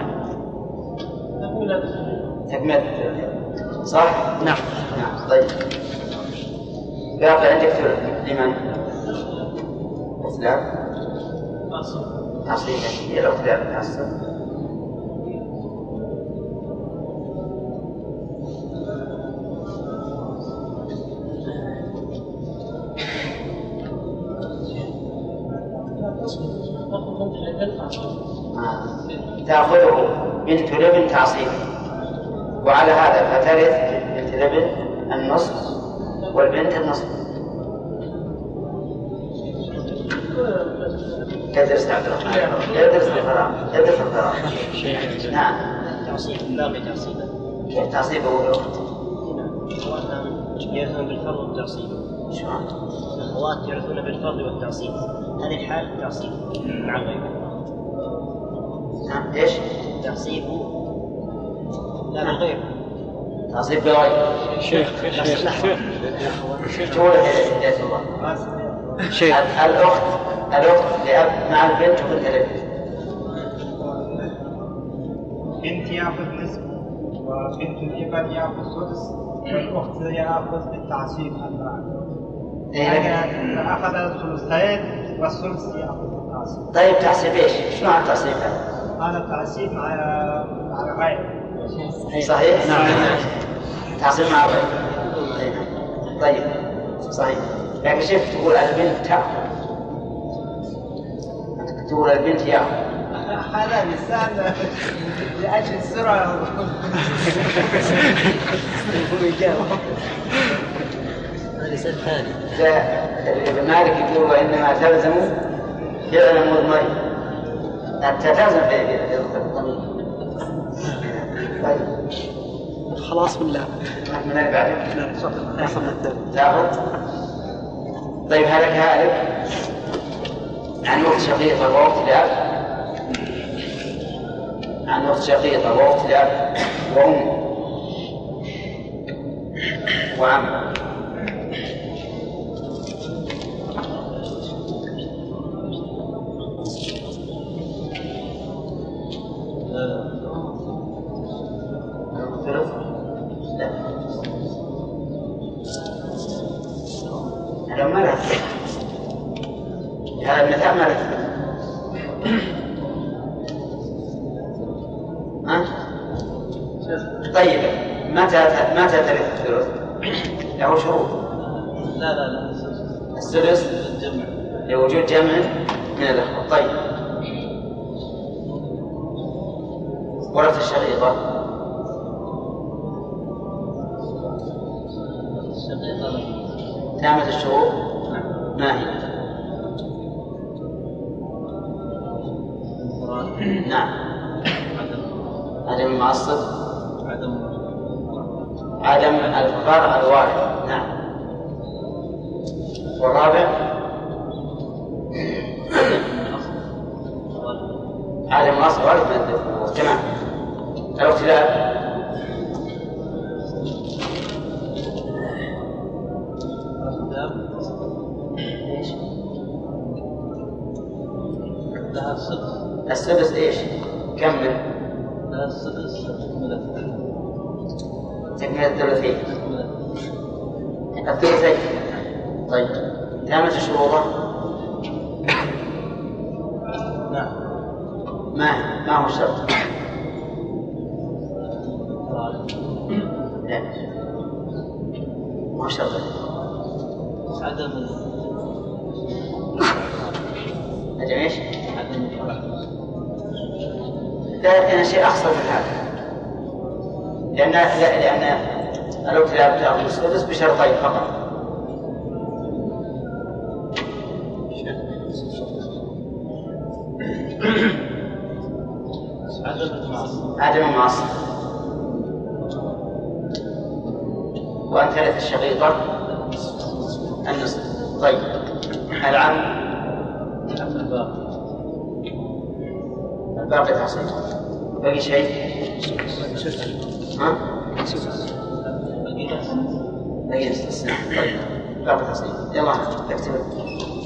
Speaker 1: تكملة الثلث صح؟ نعم نعم طيب باقي عندك ثلث لمن؟ اسلام عصيبة هي الأقدام العصر تأخذه بنت لبن تعصيب وعلى هذا فترث بنت لبن النصف والبنت النصف يدرس عبد الرحمن يدرس الفراغ يدرس الفراغ نعم
Speaker 5: تعصيب باقي تعصيبه
Speaker 1: كيف تعصيبه وقت
Speaker 5: يعثون بالفرض والتعصيب
Speaker 1: شلون؟
Speaker 5: الأخوات يعثون بالفرض والتعصيب هذه الحال تعصيب مع الغير
Speaker 1: نعم ايش؟
Speaker 5: تعصيب لا بالغير
Speaker 1: نصيب بغير نعم.
Speaker 3: شيخ
Speaker 1: شيخ هداية الله
Speaker 3: طيب.
Speaker 1: شيخ الأخت الأخت لأب مع البنت وبنت الابن
Speaker 20: بنت ياخذ نصف وبنت الابن ياخذ ثلث والاخت ياخذ بالتعصيب المعنى
Speaker 1: إيه. أيوة.
Speaker 20: هذا اخذ أيوة. الثلثين والثلث ياخذ بالتعصيب
Speaker 1: طيب تعصيب ايش؟ شو معنى التعصيب هذا؟
Speaker 20: هذا التعصيب مع على غيره
Speaker 1: صحيح؟ نعم تعصيب مع الغير أي نعم. طيب صحيح لكن شوف تقول البنت تأخذ تقول البنت يأخذ
Speaker 20: هذا لسان لاجل السرعه
Speaker 1: ابن مالك يقول وانما تلزم فعل مضمري انت تلزم بالضمير طيب
Speaker 6: خلاص بالله
Speaker 1: من اللي بعدك
Speaker 6: نعم تفضل احسن من الثاني
Speaker 1: تاخذ طيب هلك هالك عن وقت شقيقه ووقت لاب عن وقت شقيقه ووقت لاب وام وعم هذا ما له هذا المثال ما له ها؟ طيب متى متى ترث الثلث؟ له شروط
Speaker 18: لا لا لا السدس.
Speaker 1: السدس
Speaker 18: الجمع
Speaker 1: لوجود جمع من الأخوة طيب ورث الشقيقة تامة الشروط ما هي؟ نعم عدم المعصب
Speaker 18: عدم
Speaker 1: عدم الفرع الوارث نعم والرابع عدم الأصل وارث من الذكور تمام الاختلاف
Speaker 18: لها السدس
Speaker 1: السدس ايش؟ كمل
Speaker 18: لها السدس تكملة
Speaker 1: تكملة الثلثين الثلثين طيب تامة الشروطة
Speaker 18: نعم
Speaker 1: ما ما هو الشرط؟ لا ما هو الشرط
Speaker 18: عدم
Speaker 1: عدم ايش؟
Speaker 18: عدم الفرع
Speaker 1: لا أنا شيء أحسن من هذا لأن لا لأن الوقت لا تأخذ السدس بشرطين طيب فقط
Speaker 18: عدم المعصية
Speaker 1: عدم المعصية وأن ثلاث الشقيقة النصف طيب العم
Speaker 18: عدم الباقي
Speaker 1: الباقي تعصيب باقي شيء ها؟
Speaker 18: باقي لا سدس
Speaker 1: باقي نصف طيب باقي تعصيب يلا اكتب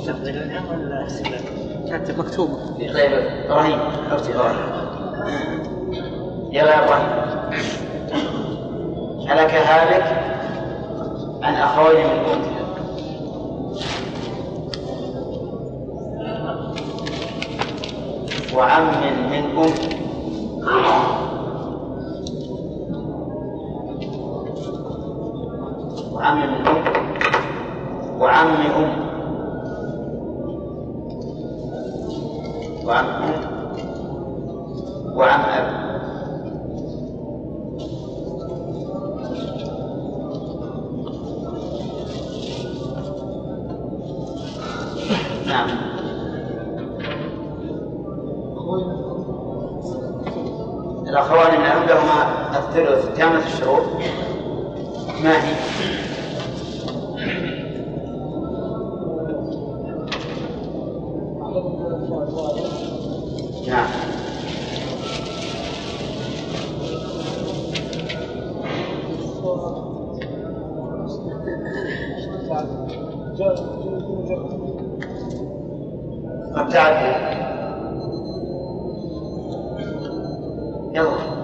Speaker 6: تفضل الان ولا كاتب مكتوبه
Speaker 1: طيب ابراهيم اكتب ابراهيم يلا يا ابراهيم هلك هالك عن اخوين من انثى وعم من ام وعم من ام وعم ام وعم أم وعم أب نعم الأخوان من الأم لهما الثلث تامة الشروط ما هي؟ نعم تعدي يلا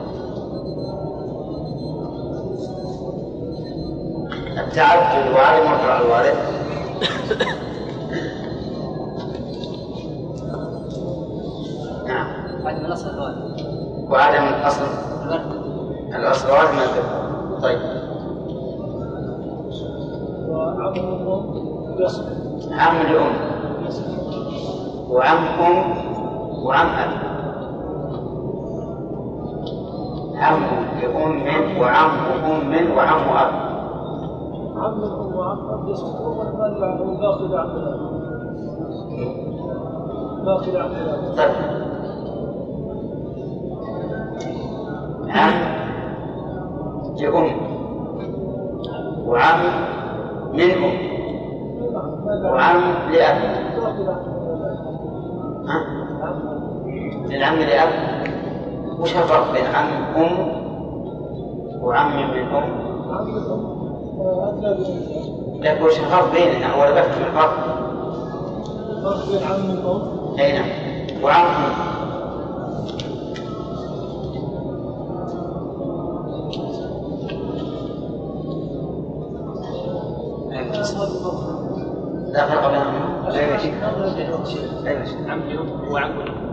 Speaker 1: التعدد وعدم وقع الوارث نعم
Speaker 22: وعدم الاصل الوارث
Speaker 1: وعدم الاصل الاصل وارث من الذكر طيب
Speaker 2: وعم الأم يصل
Speaker 1: عم لأم وعم أم وعم أب عم لأم وعم أم وعم أب
Speaker 2: عم الأم وعم أب يصل ومن مال باقي لا عم باقي لا عم
Speaker 1: طيب عم لأم وعم من أم وعم لأب ها؟ من عم لأب وش الفرق بين عم أم وعم من أم؟
Speaker 2: عم الأم آه، أدنى من
Speaker 1: لكن وش الفرق بيننا ولا بفهم الفرق؟
Speaker 2: فرق بين عم الأم
Speaker 1: أي نعم وعم أم. لا فرق بينهم
Speaker 3: ايوه شيخ ايوه شيخ عم اليوم وعم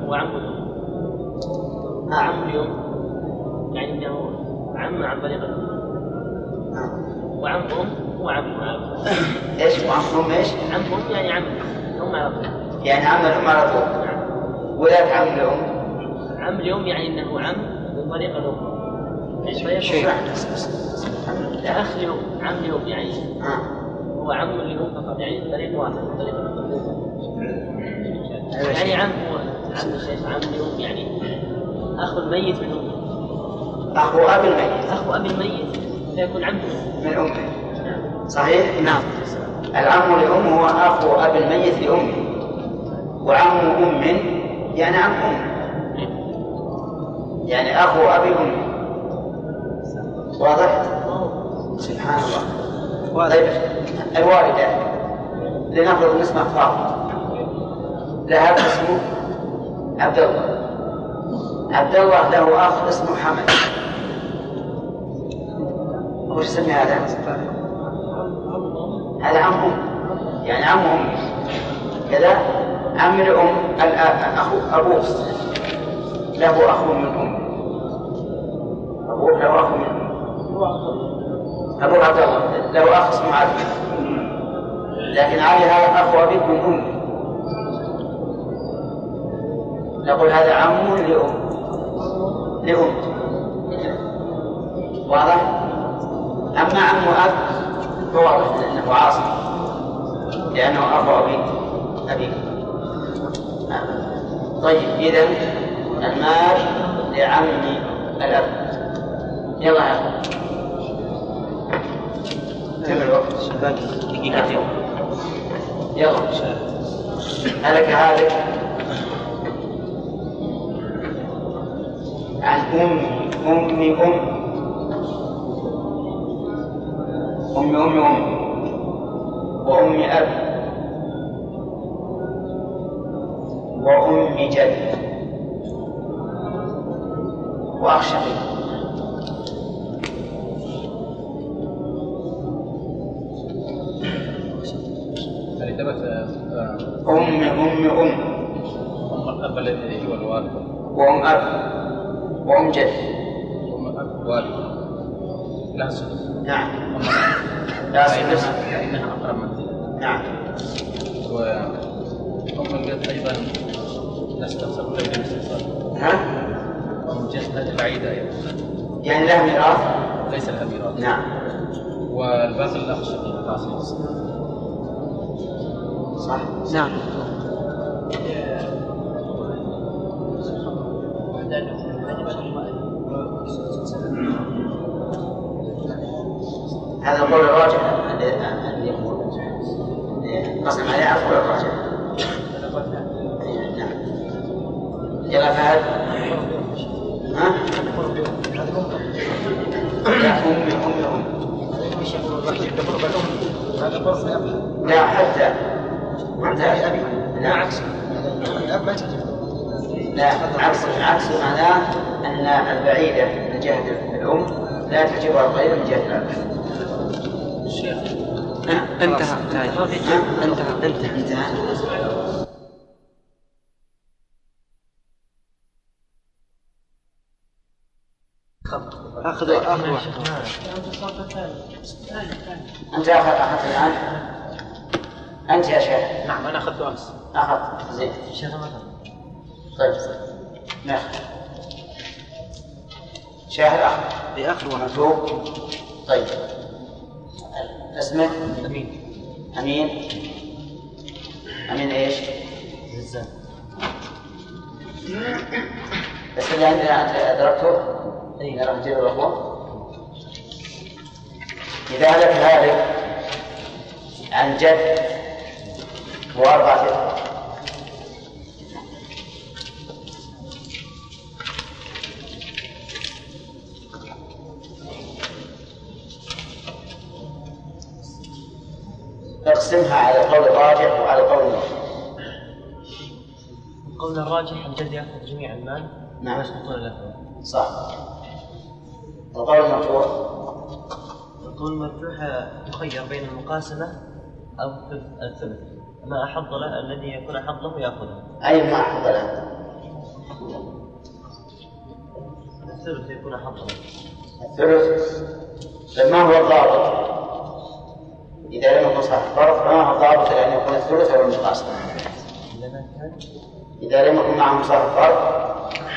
Speaker 3: وعم
Speaker 1: نعم
Speaker 2: اليوم يعني انه عم عن طريق الأم. وعم أم وعم أب
Speaker 1: ايش وعم أم ايش؟
Speaker 2: عم أم يعني عم هم على طول
Speaker 1: يعني عم الأم على طول ولاة عم الأم
Speaker 2: عم اليوم يعني انه عم من طريق الام يعني
Speaker 1: شيء.
Speaker 2: اخ اليوم عم اليوم يعني
Speaker 1: ها
Speaker 2: هو عم اليوم فقط يعني من طريق واحد من طريق يعني عم هو عم الشيخ عم اليوم يعني اخو الميت من امه
Speaker 1: أخو أب الميت
Speaker 2: اخو ابي الميت فيكون عم
Speaker 1: من أمه صحيح؟ نعم العم لأم هو أخو أب الميت لأمه وعم أم يعني عم أم يعني أخو أبي أمه واضح؟ سبحان الله طيب الوالدة لنفرض ان اسمها فاطمة لها أب اسمه عبد الله عبد الله له أخ اسمه حمد وش يسمي هذا؟ هذا عم أم يعني عم أم كذا عم الأم الأب أخو أبوه له أخ من أمه أبوه له أخ من أمه أبو عبد الله له أخ اسمه علي لكن علي هذا أخو أبيك من أمه نقول هذا عم لأم لأم واضح؟ أما عم أب فواضح لأنه عاصم لأنه أخو أبيك أبيك طيب إذا المال لعم الأب يلا يا أخي كم الوقت؟
Speaker 23: باقي دقيقتين
Speaker 1: يلا هلك هالك عن أم أم أم أم أم أم وأم أب وأم جد وأخ شقيق
Speaker 18: يعني ثبت آه،
Speaker 1: أم أم أم
Speaker 18: أم الأب الذي هو الوالد
Speaker 1: وأم أب وأم جد
Speaker 18: أم الأب والد لا سدس
Speaker 1: نعم
Speaker 18: أم
Speaker 1: لا سدس
Speaker 18: لأنها أقرب منزلا
Speaker 1: نعم
Speaker 18: وأم الجد أيضا لا سدس أقول لك الاستفسار
Speaker 1: ها
Speaker 18: أم الجد بعيدة أيضا
Speaker 1: يعني لها ميراث
Speaker 18: ليس لها ميراث
Speaker 1: نعم
Speaker 18: والباقي الأخ الشقيق العاصي
Speaker 1: صح
Speaker 24: نعم
Speaker 1: هذا القول الراجح الذي الذي يقول قسم عليه على القول الراجح نعم. يلا فهد ها؟ لا أم أم أم لا حتى حتى أبي لا عكس الاب ما لا عكس عكس معناه ان البعيده من جهه الام لا تعجبها القريبه من جهه الاب.
Speaker 3: انتهى انتهى انتهى
Speaker 1: انتهى
Speaker 5: اخذ اخذ واحد
Speaker 1: انت اخذ اخذت الان انت يا شيخ
Speaker 6: نعم انا اخذت امس
Speaker 1: اخذت زين
Speaker 6: شيخ ما
Speaker 1: طيب نعم شاهد اخر
Speaker 5: باخر واحد
Speaker 1: مكتوب طيب اسمك امين امين امين ايش؟
Speaker 6: زين
Speaker 1: بس اللي عندنا انت ادركته؟ اي رحمه الله والاخوه اذا هلك هالك عن جد واربعه جد اقسمها على القول الراجح وعلى القول المرجح
Speaker 18: القول الراجح الجد ياخذ جميع المال
Speaker 1: نعم.
Speaker 18: يسقطون له
Speaker 1: صح والقول المرجوح
Speaker 18: القول المرجوح يخير بين المقاسمه او الثلث- الثلث ما احض له الذي يكون احض له ياخذه
Speaker 1: اي ما احفظ الان
Speaker 18: الثلث يكون احض له
Speaker 1: الثلث فما هو الضابط؟ إذا لم يكن صاحب فرض فما هو الضابط إلى أن يكون الثلث أو المقاس؟ إذا لم يكن معهم صاحب فرض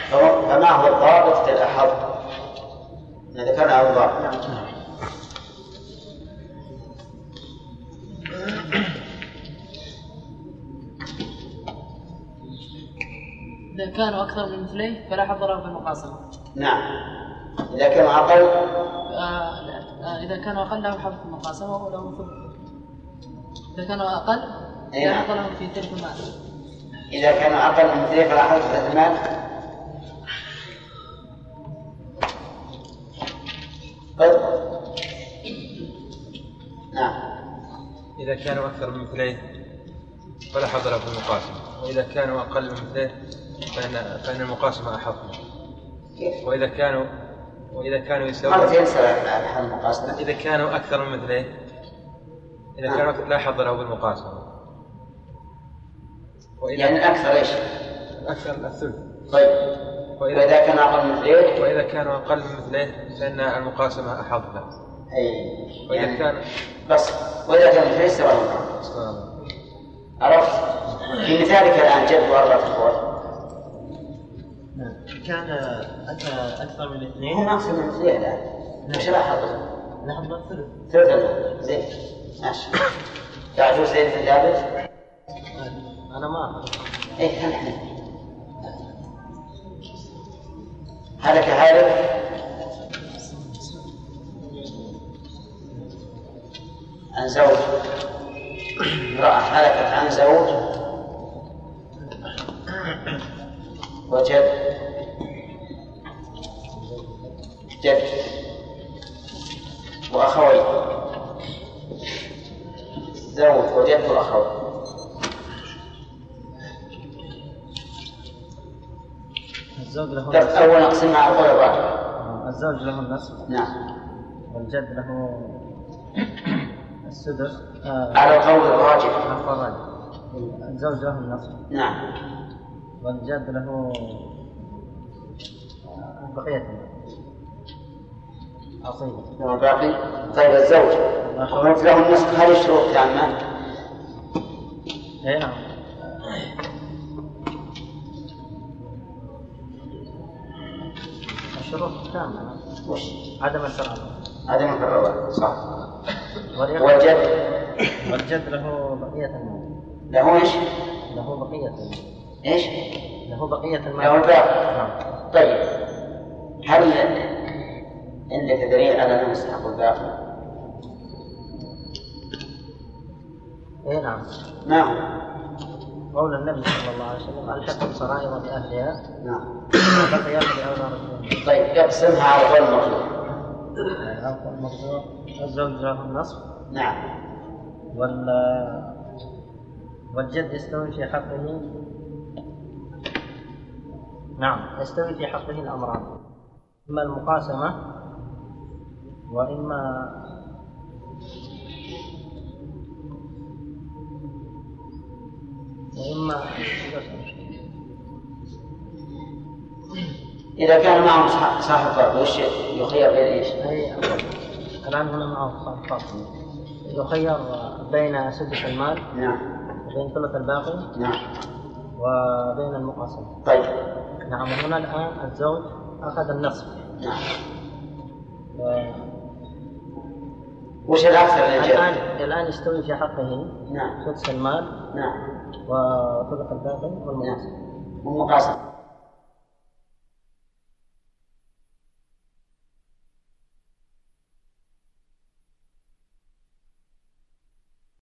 Speaker 1: فما- فما هو الضابط للأحظ؟ إحنا ذكرنا عن الضابط
Speaker 25: إذا كانوا أكثر من مثليه فلا حظ لهم في المقاسمة
Speaker 1: نعم إذا كانوا أقل
Speaker 25: آه، لا. آه، إذا كانوا أقل لهم حظ في المقاسمة ولهم ثلث إذا كانوا أقل
Speaker 1: إيه.
Speaker 25: لا حظ لهم في ثلث المال
Speaker 1: إذا كانوا أقل من مثليه فلا حظ في المال طيب نعم
Speaker 15: إذا كانوا أكثر من مثلين فلا حظ له في المقاسمة وإذا كانوا أقل من مثلين فإن فإن المقاسمة أحظ وإذا كانوا وإذا كانوا يساوون
Speaker 1: مرتين سواء الحظ المقاسمة
Speaker 15: إذا كانوا أكثر من مثلين إذا
Speaker 1: نعم.
Speaker 15: كانوا أكثر- لا حظ له بالمقاسمة
Speaker 1: يعني أكثر إيش؟
Speaker 15: أكثر الثلث
Speaker 1: طيب وإذا كان أقل من مثلين
Speaker 15: وإذا كانوا أقل من مثلين فإن المقاسمة أحظ له
Speaker 1: أي
Speaker 15: وإذا
Speaker 1: يعني
Speaker 15: كان
Speaker 1: بس وإذا كان مثلين سواء المقاسمة عرفت؟ في مثالك الآن جد وأربعة أخوات
Speaker 18: نعم. كان أتى أكثر من اثنين نعم.
Speaker 1: هم أكثر من مثلين الآن وش راح أحضر؟
Speaker 18: نحض الثلث
Speaker 1: ثلث المال. زين ماشي تعجوز زين بن ثابت
Speaker 18: طيب، أنا ما أحضر
Speaker 1: إيه خلنا احنا هلك هالك عن زوج امرأة هلكت عن زوج وجد جد وأخوين زوج وجد وأخوين
Speaker 18: الزوج له
Speaker 1: طيب، أولا أقسم على القول الراجح
Speaker 18: الزوج له النصف
Speaker 1: نعم
Speaker 18: والجد له السدس
Speaker 1: على القول الراجح.
Speaker 18: على الراجح الزوج له النصف
Speaker 1: نعم
Speaker 18: والجد له آه، بقية المال. أصيل
Speaker 1: والباقي طيب الزوج قلت له النصف هل الشروط تامة؟
Speaker 18: أي نعم الشروط تامة عدم الفرار
Speaker 1: عدم الفرار صح والجد
Speaker 18: والجد له بقية المال
Speaker 1: له ايش؟
Speaker 18: له بقية المال
Speaker 1: ايش؟
Speaker 18: له بقية المال
Speaker 1: له الباقي
Speaker 18: نعم.
Speaker 1: طيب هل عندك دليل على انه يستحق الباقي؟
Speaker 18: اي نعم
Speaker 1: ما هو؟
Speaker 18: قول النبي صلى الله عليه وسلم الحق السرائر باهلها
Speaker 1: نعم
Speaker 18: بقيت لاولى
Speaker 1: طيب اقسمها على القول المرجوح
Speaker 18: رسول الزوج له النصف
Speaker 1: نعم
Speaker 18: وال والجد يستوي في حقه
Speaker 2: نعم يستوي في حقه الأمران إما المقاسمة وإما وإما
Speaker 1: إذا كان معهم صاحب- صاحب فرض وش يخير بين إيش؟
Speaker 18: إيه،
Speaker 2: أي الآن هنا معه خاص يخير بين سدس المال
Speaker 1: نعم
Speaker 2: وبين ثلث الباقي
Speaker 1: نعم
Speaker 2: وبين المقاسمة
Speaker 1: طيب
Speaker 2: نعم هنا الآن الزوج أخذ النصف نعم
Speaker 1: وش الأكثر للجد؟
Speaker 2: الآن الآن يستوي في حقه
Speaker 1: نعم
Speaker 2: سدس المال
Speaker 1: نعم
Speaker 2: وثلث الباقي والمقاسم
Speaker 1: والمقاسم